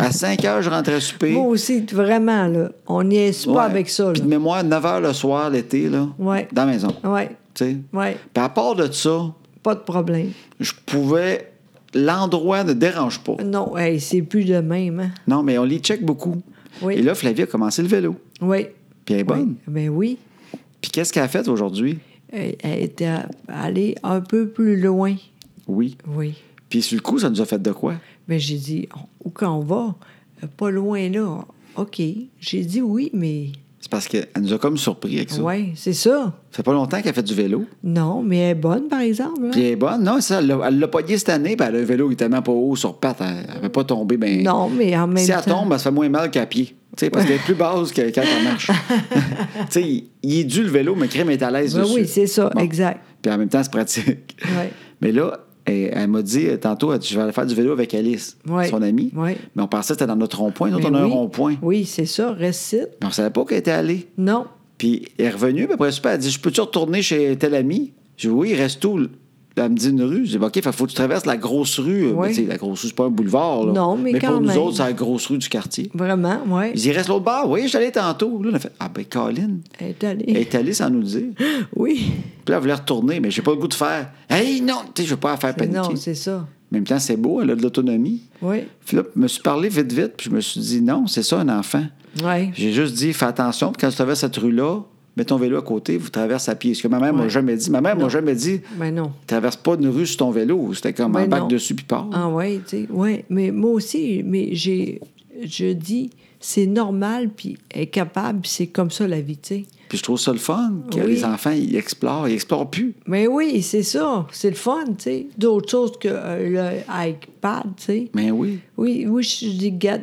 [SPEAKER 2] à 5 heures, je rentrais souper.
[SPEAKER 1] Moi aussi, vraiment, là, on n'y est
[SPEAKER 2] Ouais.
[SPEAKER 1] pas avec ça.
[SPEAKER 2] Puis de mémoire, 9 h le soir, l'été, là,
[SPEAKER 1] Ouais.
[SPEAKER 2] dans la maison.
[SPEAKER 1] Oui,
[SPEAKER 2] Tu sais.
[SPEAKER 1] Ouais.
[SPEAKER 2] Puis à part de ça,
[SPEAKER 1] pas de problème.
[SPEAKER 2] je pouvais. L'endroit ne dérange pas.
[SPEAKER 1] Non, hey, c'est plus le même. Hein?
[SPEAKER 2] Non, mais on les check beaucoup.
[SPEAKER 1] Oui.
[SPEAKER 2] Et là, Flavie a commencé le vélo.
[SPEAKER 1] Oui.
[SPEAKER 2] Puis elle est bonne.
[SPEAKER 1] Ben oui,
[SPEAKER 2] Puis qu'est-ce qu'elle a fait aujourd'hui?
[SPEAKER 1] elle elle était allée un peu plus loin.
[SPEAKER 2] Oui.
[SPEAKER 1] Oui.
[SPEAKER 2] Puis sur le coup, ça nous a fait de quoi?
[SPEAKER 1] Mais j'ai dit, où qu'on va? Pas loin là. OK. J'ai dit oui, mais.
[SPEAKER 2] C'est parce qu'elle nous a comme surpris avec ça.
[SPEAKER 1] Oui, c'est ça.
[SPEAKER 2] Ça fait pas longtemps qu'elle fait du vélo.
[SPEAKER 1] Non, mais elle est bonne, par exemple. hein?
[SPEAKER 2] Puis elle est bonne. Non, ça, elle l'a- elle l'a pogné cette année. Puis elle a un vélo qui est tellement pas haut sur pattes. Elle ne peut pas tomber. Ben,
[SPEAKER 1] Non, mais en même
[SPEAKER 2] si elle
[SPEAKER 1] temps.
[SPEAKER 2] tombe, elle se fait moins mal qu'à pied. Tu sais, parce qu'elle est plus basse que quand elle marche. Tu sais, il- il est dû le vélo, mais Crème est à l'aise
[SPEAKER 1] Ben
[SPEAKER 2] dessus.
[SPEAKER 1] oui, c'est ça,
[SPEAKER 2] Bon.
[SPEAKER 1] exact.
[SPEAKER 2] Puis en même temps, c'est pratique.
[SPEAKER 1] Ouais.
[SPEAKER 2] Mais là, elle, elle m'a dit euh, tantôt, elle dit, je vais aller faire du vélo avec Alice,
[SPEAKER 1] Ouais.
[SPEAKER 2] son amie.
[SPEAKER 1] Ouais.
[SPEAKER 2] Mais on pensait que c'était dans notre rond-point. Nous, autres, on
[SPEAKER 1] Ben
[SPEAKER 2] a un
[SPEAKER 1] oui.
[SPEAKER 2] rond-point.
[SPEAKER 1] Oui, c'est ça, récite.
[SPEAKER 2] Mais on savait pas qu'elle était allée.
[SPEAKER 1] Non.
[SPEAKER 2] Puis elle est revenue. Puis après, super, elle dit, je peux-tu retourner chez tel ami? J'ai dit, oui, il reste où? Elle me dit une rue. J'ai dit, OK, il faut que tu traverses la grosse rue.
[SPEAKER 1] Ouais.
[SPEAKER 2] Mais tu sais, la grosse rue, c'est pas un boulevard. là.
[SPEAKER 1] Non, mais quand
[SPEAKER 2] pour nous
[SPEAKER 1] même.
[SPEAKER 2] autres, c'est la grosse rue du quartier.
[SPEAKER 1] Vraiment, oui.
[SPEAKER 2] Ils restent l'autre bar. Oui, j'allais tantôt. Là, on a fait Ah, ben, Colin,
[SPEAKER 1] Elle est allée.
[SPEAKER 2] elle est allée sans nous le dire. Puis
[SPEAKER 1] Oui.
[SPEAKER 2] là, elle voulait retourner, mais j'ai pas le goût de faire Hey, non, tu sais, je veux pas la faire paniquer.
[SPEAKER 1] Non, c'est ça.
[SPEAKER 2] en même temps, c'est beau, elle a de l'autonomie.
[SPEAKER 1] Oui.
[SPEAKER 2] Puis là, je me suis parlé vite, vite, puis je me suis dit Non, c'est ça, un enfant.
[SPEAKER 1] Oui.
[SPEAKER 2] J'ai juste dit Fais attention, puis quand tu traverses cette rue-là, mets ton vélo à côté, vous traversez à pied. Ce que ma mère m'a
[SPEAKER 1] Ouais.
[SPEAKER 2] jamais dit. Ma mère m'a jamais dit
[SPEAKER 1] Ben non.
[SPEAKER 2] Traverse pas une rue sur ton vélo. C'était comme
[SPEAKER 1] Ben
[SPEAKER 2] un bac
[SPEAKER 1] non.
[SPEAKER 2] dessus, puis pars.
[SPEAKER 1] Ah ouais, tu sais, ouais. Mais moi aussi, mais j'ai, je dis, c'est normal, puis elle est capable, puis c'est comme ça la vie, tu sais.
[SPEAKER 2] Puis je trouve ça le fun que
[SPEAKER 1] Oui.
[SPEAKER 2] les enfants, ils explorent. Ils explorent plus.
[SPEAKER 1] Mais oui, c'est ça, c'est le fun, tu sais. D'autres choses que euh, le iPad, tu sais.
[SPEAKER 2] Mais oui.
[SPEAKER 1] Oui, oui, je dis, regarde,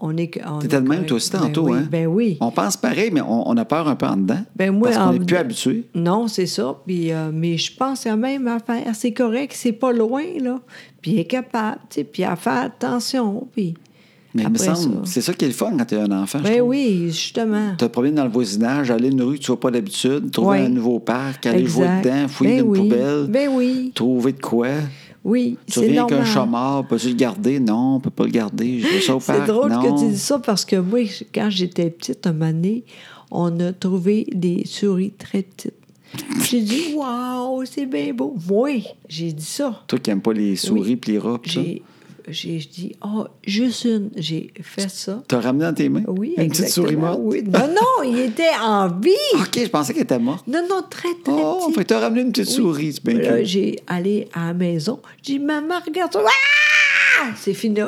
[SPEAKER 1] on est... on
[SPEAKER 2] T'étais
[SPEAKER 1] est
[SPEAKER 2] de même, toi aussi,
[SPEAKER 1] correct.
[SPEAKER 2] tantôt,
[SPEAKER 1] ben oui,
[SPEAKER 2] hein?
[SPEAKER 1] Ben oui.
[SPEAKER 2] On pense pareil, mais on, on a peur un peu en dedans.
[SPEAKER 1] Ben, moi,
[SPEAKER 2] parce qu'on
[SPEAKER 1] en-
[SPEAKER 2] n'est plus habitué.
[SPEAKER 1] Non, c'est ça. Puis, euh, mais je pense à même à faire, c'est correct, c'est pas loin, là. Puis elle est capable, tu sais, puis à faire attention, puis...
[SPEAKER 2] Mais il me
[SPEAKER 1] après
[SPEAKER 2] semble,
[SPEAKER 1] ça.
[SPEAKER 2] c'est ça qui est le fun quand tu es un enfant. je
[SPEAKER 1] Ben
[SPEAKER 2] trouve.
[SPEAKER 1] oui, justement.
[SPEAKER 2] Te promener dans le voisinage, aller une rue que tu vois pas d'habitude, trouver
[SPEAKER 1] Ouais.
[SPEAKER 2] un nouveau parc, aller jouer
[SPEAKER 1] Exact.
[SPEAKER 2] dedans, fouiller
[SPEAKER 1] Ben
[SPEAKER 2] une
[SPEAKER 1] oui.
[SPEAKER 2] poubelle,
[SPEAKER 1] Ben oui.
[SPEAKER 2] trouver de quoi.
[SPEAKER 1] Oui,
[SPEAKER 2] Tu
[SPEAKER 1] c'est
[SPEAKER 2] reviens avec un
[SPEAKER 1] normal.
[SPEAKER 2] chat mort, peux-tu le garder? Non, on peut pas le garder. Je veux ça au
[SPEAKER 1] C'est
[SPEAKER 2] parc.
[SPEAKER 1] drôle
[SPEAKER 2] non.
[SPEAKER 1] que tu dis ça parce que moi, je- quand j'étais petite, un moment donné, on a trouvé des souris très petites. J'ai dit, waouh, c'est bien beau. Moi, j'ai dit ça.
[SPEAKER 2] Toi qui n'aimes pas les souris puis les rats, pis ça.
[SPEAKER 1] J'ai j'ai dit, oh, juste une. J'ai fait ça.
[SPEAKER 2] T'as ramené dans tes mains?
[SPEAKER 1] Oui,
[SPEAKER 2] Une petite
[SPEAKER 1] exactement.
[SPEAKER 2] souris morte?
[SPEAKER 1] Oui. Non, non, il était en vie.
[SPEAKER 2] OK, je pensais qu'elle était morte.
[SPEAKER 1] Non, non, très, très
[SPEAKER 2] Oh,
[SPEAKER 1] petit.
[SPEAKER 2] fait que t'as ramené une petite souris, c'est bien
[SPEAKER 1] Là,
[SPEAKER 2] cool.
[SPEAKER 1] j'ai allé à la maison. J'ai dit, maman, regarde ça. Ah! C'est fini.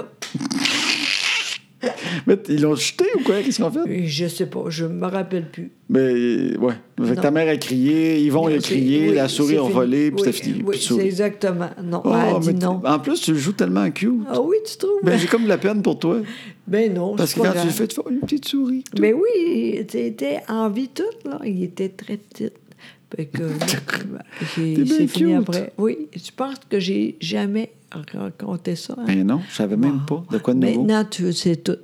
[SPEAKER 2] Mais t- ils l'ont jeté ou quoi? Qu'est-ce qu'ils ont fait?
[SPEAKER 1] Et Je sais pas, je me rappelle plus.
[SPEAKER 2] Mais, ouais. Fait que ta
[SPEAKER 1] Non.
[SPEAKER 2] mère a crié, Yvon il a
[SPEAKER 1] Non, c'est-
[SPEAKER 2] crié,
[SPEAKER 1] oui,
[SPEAKER 2] la souris
[SPEAKER 1] c'est
[SPEAKER 2] a
[SPEAKER 1] fini.
[SPEAKER 2] volé, puis
[SPEAKER 1] Oui,
[SPEAKER 2] c'était fini.
[SPEAKER 1] Oui,
[SPEAKER 2] Plus de
[SPEAKER 1] c'est
[SPEAKER 2] souris.
[SPEAKER 1] exactement. Non,
[SPEAKER 2] Oh,
[SPEAKER 1] elle a
[SPEAKER 2] mais
[SPEAKER 1] dit
[SPEAKER 2] t-
[SPEAKER 1] non.
[SPEAKER 2] En plus, tu le joues tellement cute.
[SPEAKER 1] Ah oui, tu trouves?
[SPEAKER 2] Ben, j'ai comme de la peine pour toi.
[SPEAKER 1] Ben non,
[SPEAKER 2] Parce
[SPEAKER 1] c'est
[SPEAKER 2] que
[SPEAKER 1] pas
[SPEAKER 2] quand tu le
[SPEAKER 1] grave.
[SPEAKER 2] fais, tu fais oh, une petite souris. tout.
[SPEAKER 1] Mais oui, tu étais en vie toute, là. Il était très petit. Fait que, ben, j'ai-
[SPEAKER 2] T'es bien
[SPEAKER 1] c'est fini
[SPEAKER 2] cute.
[SPEAKER 1] après. Oui, je pense que j'ai jamais raconté ça. hein. Ben,
[SPEAKER 2] Ben non, je savais même pas de quoi de nouveau.
[SPEAKER 1] Maintenant, tu sais tout.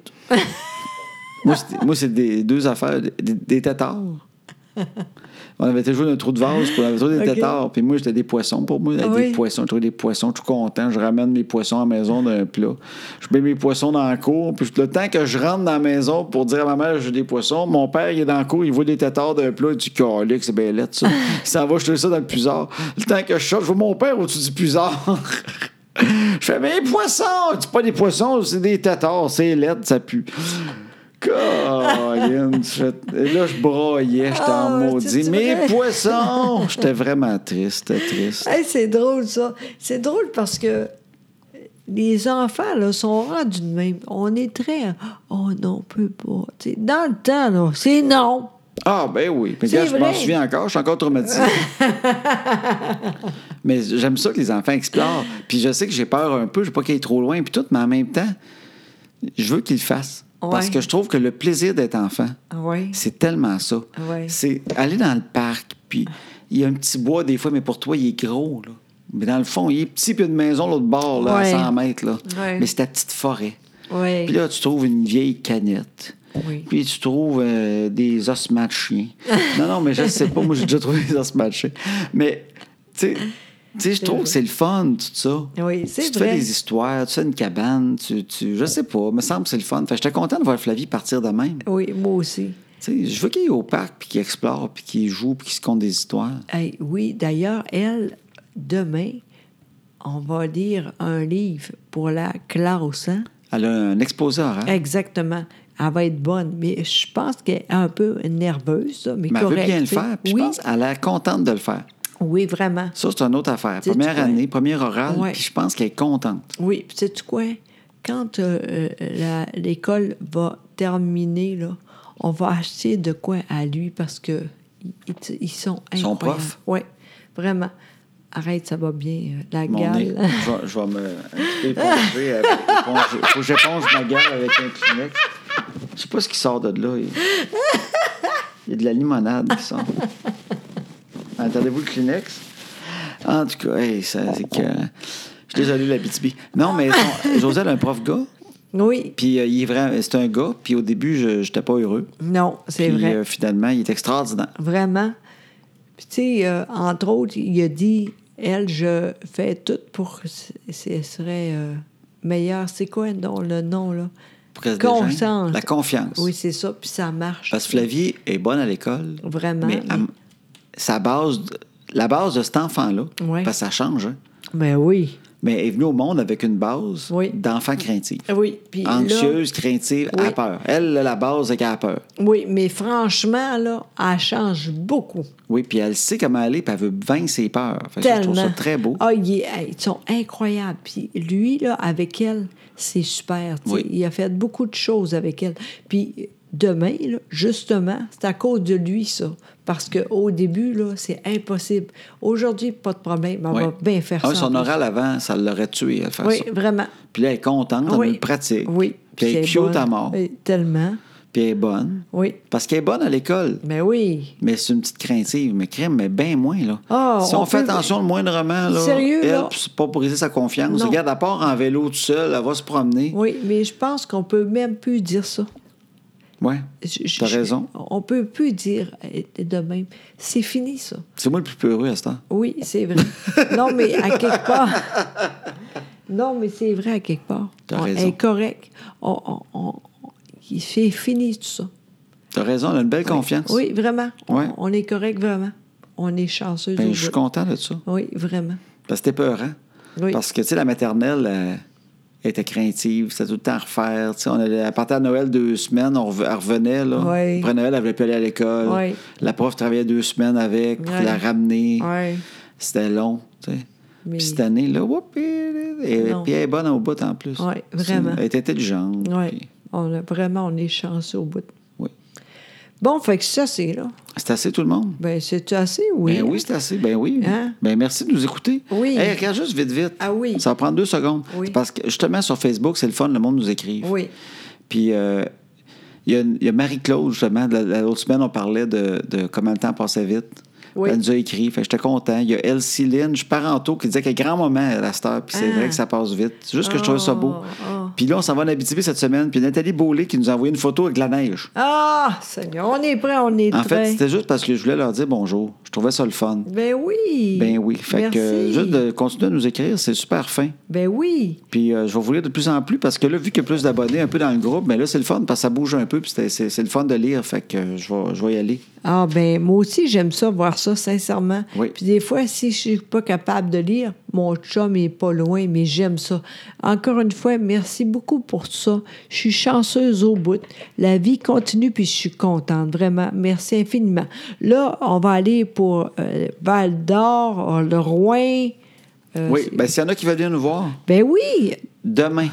[SPEAKER 2] Moi, c'était- Moi, c'est des deux affaires, des, des têtards. On avait été joué un trou de vase, puis on avait trouvé des
[SPEAKER 1] Ok.
[SPEAKER 2] têtards, puis moi, j'étais des poissons. Pour moi,
[SPEAKER 1] Ah
[SPEAKER 2] des
[SPEAKER 1] oui.
[SPEAKER 2] poissons, je trouvais des poissons, je suis content, je ramène mes poissons à la maison d'un plat. Je mets mes poissons dans la cour, puis le temps que je rentre dans la maison pour dire à ma mère j'ai des poissons, mon père, il est dans la cour, il voit des têtards d'un plat, il dit Calique, c'est bien laid, ça. Il s'en va jeter ça dans le puisard. Le temps que je sors, je vois mon père au-dessus du puisard. Je fais, mais les poissons! C'est pas des poissons, c'est des tâtards, c'est laid, ça pue. Colin, tu fais- Et là, je broyais, j'étais en
[SPEAKER 1] Ah,
[SPEAKER 2] maudit.
[SPEAKER 1] c'est
[SPEAKER 2] Mes
[SPEAKER 1] vrai.
[SPEAKER 2] poissons! J'étais vraiment triste, c'était triste.
[SPEAKER 1] Hey, c'est drôle, ça. C'est drôle parce que les enfants là, sont rendus de même. On est très. Oh non, on peut pas. Tu sais, dans le temps, là, c'est non.
[SPEAKER 2] Ah, ben oui. Mais
[SPEAKER 1] C'est
[SPEAKER 2] regarde, je m'en
[SPEAKER 1] vrai.
[SPEAKER 2] souviens encore, je suis encore traumatisé. mais j'aime ça que les enfants explorent. Puis je sais que j'ai peur un peu, je veux pas qu'ils aillent trop loin, puis tout, mais en même temps, je veux qu'ils le fassent. Parce
[SPEAKER 1] Ouais.
[SPEAKER 2] que je trouve que le plaisir d'être enfant,
[SPEAKER 1] Oui.
[SPEAKER 2] C'est tellement ça.
[SPEAKER 1] Ouais.
[SPEAKER 2] C'est aller dans le parc, puis il y a un petit bois des fois, mais pour toi, il est gros. Là. Mais dans le fond, il est petit, puis une maison l'autre bord, là,
[SPEAKER 1] Ouais.
[SPEAKER 2] à 100 mètres. Là.
[SPEAKER 1] Ouais.
[SPEAKER 2] Mais c'est ta petite forêt.
[SPEAKER 1] Oui.
[SPEAKER 2] Puis là, tu trouves une vieille canette.
[SPEAKER 1] Oui.
[SPEAKER 2] Puis tu trouves euh, des ossements de chien. non, non, mais je sais pas. Moi, j'ai déjà trouvé des ossements de chien. Mais, tu sais, tu sais, je trouve que c'est le fun, tout ça.
[SPEAKER 1] Oui, c'est
[SPEAKER 2] Tu te
[SPEAKER 1] vrai.
[SPEAKER 2] fais des histoires, tu fais une cabane, tu, tu- je sais pas, me semble que c'est le fun. Fait que j'étais content de voir Flavie partir de même.
[SPEAKER 1] Oui, moi aussi.
[SPEAKER 2] Tu sais, je veux qu'il aille au parc, puis qu'il explore, puis qu'il joue, puis qu'il se conte des histoires.
[SPEAKER 1] Hey, oui, d'ailleurs, elle, demain, on va lire un livre pour la classe. hein?
[SPEAKER 2] Elle a un hein? exposé oral.
[SPEAKER 1] Exactement. Elle va être bonne, mais je pense qu'elle est un peu nerveuse, ça, mais
[SPEAKER 2] mais elle veut
[SPEAKER 1] correcte.
[SPEAKER 2] bien le
[SPEAKER 1] tu sais.
[SPEAKER 2] faire, puis
[SPEAKER 1] oui,
[SPEAKER 2] je pense qu'elle a l'air contente de le faire.
[SPEAKER 1] oui, vraiment.
[SPEAKER 2] Ça, c'est une autre affaire.
[SPEAKER 1] Sais-tu
[SPEAKER 2] Première
[SPEAKER 1] quoi?
[SPEAKER 2] année, première orale,
[SPEAKER 1] Ouais.
[SPEAKER 2] puis je pense qu'elle est contente.
[SPEAKER 1] Oui, puis sais-tu quoi? Quand euh, euh, la- l'école va terminer, là, on va acheter de quoi à lui parce que i- i- ils sont incroyables.
[SPEAKER 2] Son prof?
[SPEAKER 1] Oui, vraiment. Arrête, ça va bien, euh, la
[SPEAKER 2] Mon nez,
[SPEAKER 1] gale.
[SPEAKER 2] je vais- je vais me un petit peu éponger avec éponge. Faut que j'éponge ma gueule avec un Kleenex. Je sais pas ce qui sort de là. Il, il y a de la limonade qui sort. Entendez-vous le Kleenex? En tout cas, hey, ça, c'est que... Je suis désolé, la BTB. Non, mais son- Joselle a un prof gars.
[SPEAKER 1] Oui,
[SPEAKER 2] Puis euh, il est vraiment, c'est un gars. Puis au début, je n'étais pas heureux.
[SPEAKER 1] non, c'est
[SPEAKER 2] Puis
[SPEAKER 1] vrai.
[SPEAKER 2] euh, finalement, il est extraordinaire.
[SPEAKER 1] Vraiment. Puis, tu sais, euh, entre autres, il a dit, elle, je fais tout pour que c- ce serait euh, meilleur. C'est quoi non, le nom, là?
[SPEAKER 2] Pour qu'elle se dégêne.
[SPEAKER 1] Conscience.
[SPEAKER 2] La confiance.
[SPEAKER 1] Oui, c'est ça, puis ça marche.
[SPEAKER 2] Parce que Flavie est bonne à l'école.
[SPEAKER 1] Vraiment,
[SPEAKER 2] Mais elle-
[SPEAKER 1] mais-
[SPEAKER 2] sa base, de- la base de cet enfant-là,
[SPEAKER 1] Ouais.
[SPEAKER 2] parce que ça change, hein,
[SPEAKER 1] Ben oui.
[SPEAKER 2] mais elle est venue au monde avec une base
[SPEAKER 1] Oui.
[SPEAKER 2] d'enfant craintif.
[SPEAKER 1] Oui, puis là-
[SPEAKER 2] Anxieuse, craintive,
[SPEAKER 1] Oui.
[SPEAKER 2] à peur. Elle, là, la base, c'est qu'elle a peur.
[SPEAKER 1] Oui, mais franchement, là, elle change beaucoup.
[SPEAKER 2] Oui, puis elle sait comment aller, puis elle veut vaincre ses peurs. Fait que je
[SPEAKER 1] Tellement.
[SPEAKER 2] trouve ça très beau.
[SPEAKER 1] Ah, il est- hey, ils sont incroyables. Puis lui, là, avec elle, c'est super. tu sais.
[SPEAKER 2] Oui.
[SPEAKER 1] Il a fait beaucoup de choses avec elle. Puis demain, là, justement, c'est à cause de lui, ça. Parce qu'au début, là, c'est impossible. Aujourd'hui, pas de problème. On
[SPEAKER 2] Oui.
[SPEAKER 1] va bien faire
[SPEAKER 2] Ah oui,
[SPEAKER 1] ça. en
[SPEAKER 2] Son
[SPEAKER 1] plus.
[SPEAKER 2] oral avant, ça l'aurait tué, elle, faire
[SPEAKER 1] Oui,
[SPEAKER 2] ça.
[SPEAKER 1] vraiment.
[SPEAKER 2] Puis là, elle est contente, elle
[SPEAKER 1] oui.
[SPEAKER 2] le pratique.
[SPEAKER 1] Oui.
[SPEAKER 2] Puis elle est
[SPEAKER 1] c'est
[SPEAKER 2] cute à
[SPEAKER 1] bonne.
[SPEAKER 2] mort.
[SPEAKER 1] Euh, Tellement.
[SPEAKER 2] Puis elle est bonne.
[SPEAKER 1] Oui.
[SPEAKER 2] Parce qu'elle est bonne à l'école.
[SPEAKER 1] Mais oui.
[SPEAKER 2] Mais c'est une petite craintive. Mais crème, mais bien moins, là.
[SPEAKER 1] Ah,
[SPEAKER 2] si on,
[SPEAKER 1] on
[SPEAKER 2] fait
[SPEAKER 1] peut-
[SPEAKER 2] attention le moindrement, là,
[SPEAKER 1] Sérieux,
[SPEAKER 2] elle,
[SPEAKER 1] là?
[SPEAKER 2] pis c'est pas pour briser sa confiance.
[SPEAKER 1] Non.
[SPEAKER 2] Regarde, à part en vélo tout seul, elle va se promener.
[SPEAKER 1] Oui, mais je pense qu'on peut même plus dire ça.
[SPEAKER 2] Ouais.
[SPEAKER 1] Je- je-
[SPEAKER 2] T'as
[SPEAKER 1] je-
[SPEAKER 2] raison.
[SPEAKER 1] On peut plus dire euh, de même. C'est fini, ça.
[SPEAKER 2] C'est moi le plus peureux à ce temps.
[SPEAKER 1] Oui, c'est vrai. non, mais à quelque part. Non, mais c'est vrai à quelque part.
[SPEAKER 2] T'as
[SPEAKER 1] On-
[SPEAKER 2] raison.
[SPEAKER 1] Incorrect. On, on, on, on- il- c'est fini tout ça.
[SPEAKER 2] T'as raison, on a une belle confiance.
[SPEAKER 1] Oui, vraiment. On,
[SPEAKER 2] Ouais.
[SPEAKER 1] on est correct, vraiment. On est chanceux.
[SPEAKER 2] Ben, je suis content de ça.
[SPEAKER 1] Oui, vraiment.
[SPEAKER 2] Parce que c'était peurant.
[SPEAKER 1] Oui.
[SPEAKER 2] Parce que, tu sais, la maternelle euh, était craintive, c'était tout le temps à refaire. Tu sais, on allait, à partir de Noël, deux semaines, on rev- elle revenait, là.
[SPEAKER 1] Oui.
[SPEAKER 2] Après Noël, elle voulait plus aller à l'école.
[SPEAKER 1] Oui.
[SPEAKER 2] La prof travaillait deux semaines avec pour
[SPEAKER 1] Oui.
[SPEAKER 2] la ramener.
[SPEAKER 1] Oui.
[SPEAKER 2] C'était long, tu sais.
[SPEAKER 1] Mais-
[SPEAKER 2] Puis cette année, là, whoop, et, et-
[SPEAKER 1] Non.
[SPEAKER 2] puis elle est bonne au bout, en plus.
[SPEAKER 1] Oui,
[SPEAKER 2] C'est-
[SPEAKER 1] vraiment.
[SPEAKER 2] Elle est intelligente.
[SPEAKER 1] Oui.
[SPEAKER 2] puis-
[SPEAKER 1] On a, vraiment, on est chanceux au bout.
[SPEAKER 2] oui.
[SPEAKER 1] Bon, fait que ça, c'est là.
[SPEAKER 2] C'est assez, tout le monde.
[SPEAKER 1] Ben, c'est assez, oui.
[SPEAKER 2] Ben oui, c'est assez. Ben oui.
[SPEAKER 1] Hein?
[SPEAKER 2] Ben merci de nous écouter.
[SPEAKER 1] Oui.
[SPEAKER 2] Hey, regarde juste vite, vite.
[SPEAKER 1] Ah oui.
[SPEAKER 2] Ça va prendre deux secondes.
[SPEAKER 1] Oui.
[SPEAKER 2] C'est Parce que justement, sur Facebook, c'est le fun, le monde nous écrit.
[SPEAKER 1] Oui.
[SPEAKER 2] Puis euh, il y a, il y a Marie-Claude, justement. La- la- L'autre semaine, on parlait de, de comment le temps passait vite.
[SPEAKER 1] Oui.
[SPEAKER 2] Elle nous a écrit. Fait que j'étais content. Il y a Elsie Lynch, Parento, qui disait qu'elle est grand moment à la star. Puis c'est
[SPEAKER 1] Ah.
[SPEAKER 2] vrai que ça passe vite. C'est juste que je trouvais ça beau.
[SPEAKER 1] Oh, oh.
[SPEAKER 2] Puis là, on s'en va en Abitibi cette semaine. Puis Nathalie Beaulé qui nous a envoyé une photo avec de la neige.
[SPEAKER 1] Ah, Seigneur, on est prêt, on est
[SPEAKER 2] En fait,
[SPEAKER 1] prêt.
[SPEAKER 2] c'était juste parce que je voulais leur dire bonjour. Je trouvais ça le fun.
[SPEAKER 1] ben oui.
[SPEAKER 2] Ben oui. Fait
[SPEAKER 1] Merci.
[SPEAKER 2] que euh, juste de continuer à nous écrire, c'est super fin.
[SPEAKER 1] Ben oui.
[SPEAKER 2] Puis euh, je vais vous lire de plus en plus parce que là, vu qu'il y a plus d'abonnés un peu dans le groupe, mais là, c'est le fun parce que ça bouge un peu. Puis c'est- c'est c'est le fun de lire. Fait que euh, je vais, je vais y aller.
[SPEAKER 1] Ah ben moi aussi j'aime ça voir ça sincèrement.
[SPEAKER 2] Oui.
[SPEAKER 1] Puis des fois si je suis pas capable de lire, mon chum est pas loin mais j'aime ça. Encore une fois, merci beaucoup pour ça. Je suis chanceuse au bout. La vie continue puis je suis contente vraiment. Merci infiniment. Là, on va aller pour euh, Val d'Or, le Rouen. Euh,
[SPEAKER 2] oui.
[SPEAKER 1] c'est-
[SPEAKER 2] Ben, s'il y en a qui veulent venir nous voir,
[SPEAKER 1] ben oui,
[SPEAKER 2] demain.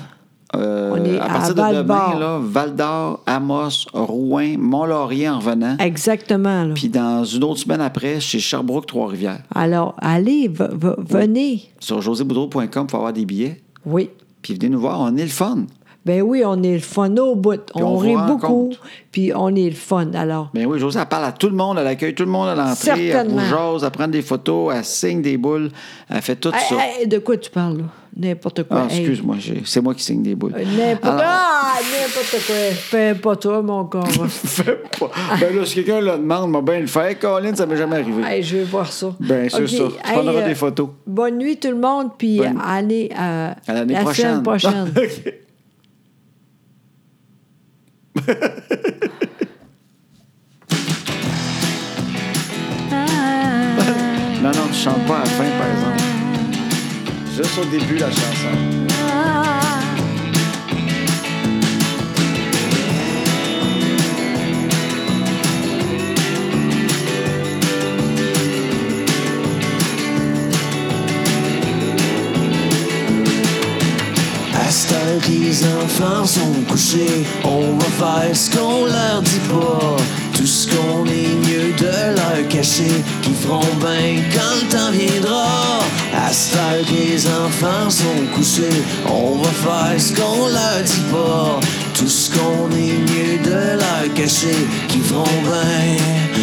[SPEAKER 2] euh,
[SPEAKER 1] On est
[SPEAKER 2] à
[SPEAKER 1] à
[SPEAKER 2] partir de demain,
[SPEAKER 1] Val-d'Or.
[SPEAKER 2] là, Val d'Or, Amos, Rouen, Mont-Laurier en revenant.
[SPEAKER 1] exactement. là.
[SPEAKER 2] Puis dans une autre semaine après, chez Sherbrooke, Trois-Rivières.
[SPEAKER 1] Alors allez, v- v- venez.
[SPEAKER 2] Sur joséboudreau.com pour avoir des billets.
[SPEAKER 1] Oui.
[SPEAKER 2] Puis venez nous voir, on est le fun.
[SPEAKER 1] Ben oui, on est le fun au bout.
[SPEAKER 2] on
[SPEAKER 1] on
[SPEAKER 2] vous
[SPEAKER 1] rit
[SPEAKER 2] rend
[SPEAKER 1] beaucoup.
[SPEAKER 2] compte.
[SPEAKER 1] Puis on est le fun. Alors,
[SPEAKER 2] Ben oui, Josée, elle parle à tout le monde, elle accueille tout le monde à l'entrée, elle
[SPEAKER 1] Certainement.
[SPEAKER 2] vous jase, elle prend des photos, elle signe des boules, elle fait tout
[SPEAKER 1] Hey,
[SPEAKER 2] ça.
[SPEAKER 1] hey, de quoi tu parles, là? N'importe quoi.
[SPEAKER 2] Ah,
[SPEAKER 1] Hey.
[SPEAKER 2] excuse-moi, j'ai- c'est moi qui signe des boules.
[SPEAKER 1] Euh, N'importe
[SPEAKER 2] Alors,
[SPEAKER 1] Ah, n'importe quoi. Fais pas toi, mon corps.
[SPEAKER 2] fais pas. Ben là, si quelqu'un le demande, moi, ben le faire. Colin, ça m'est jamais arrivé.
[SPEAKER 1] Hey, je vais voir ça.
[SPEAKER 2] Ben, c'est
[SPEAKER 1] Ok,
[SPEAKER 2] ça. Tu prendras
[SPEAKER 1] euh,
[SPEAKER 2] des photos.
[SPEAKER 1] Bonne nuit, tout le monde. Puis
[SPEAKER 2] Bonne-
[SPEAKER 1] allez euh,
[SPEAKER 2] À l'année
[SPEAKER 1] la
[SPEAKER 2] prochaine.
[SPEAKER 1] semaine prochaine.
[SPEAKER 2] Ok. non, non, tu chantes pas à la fin, par exemple. Juste au début, la chanson.
[SPEAKER 3] À cette heure que les enfants sont couchés, on va faire ce qu'on leur dit pas. Tout ce qu'on est mieux de leur cacher, qu'ils feront bien quand le temps viendra. À cette heure que les enfants sont couchés, on va faire ce qu'on leur dit pas. Tout ce qu'on est mieux de leur cacher, qu'ils feront bien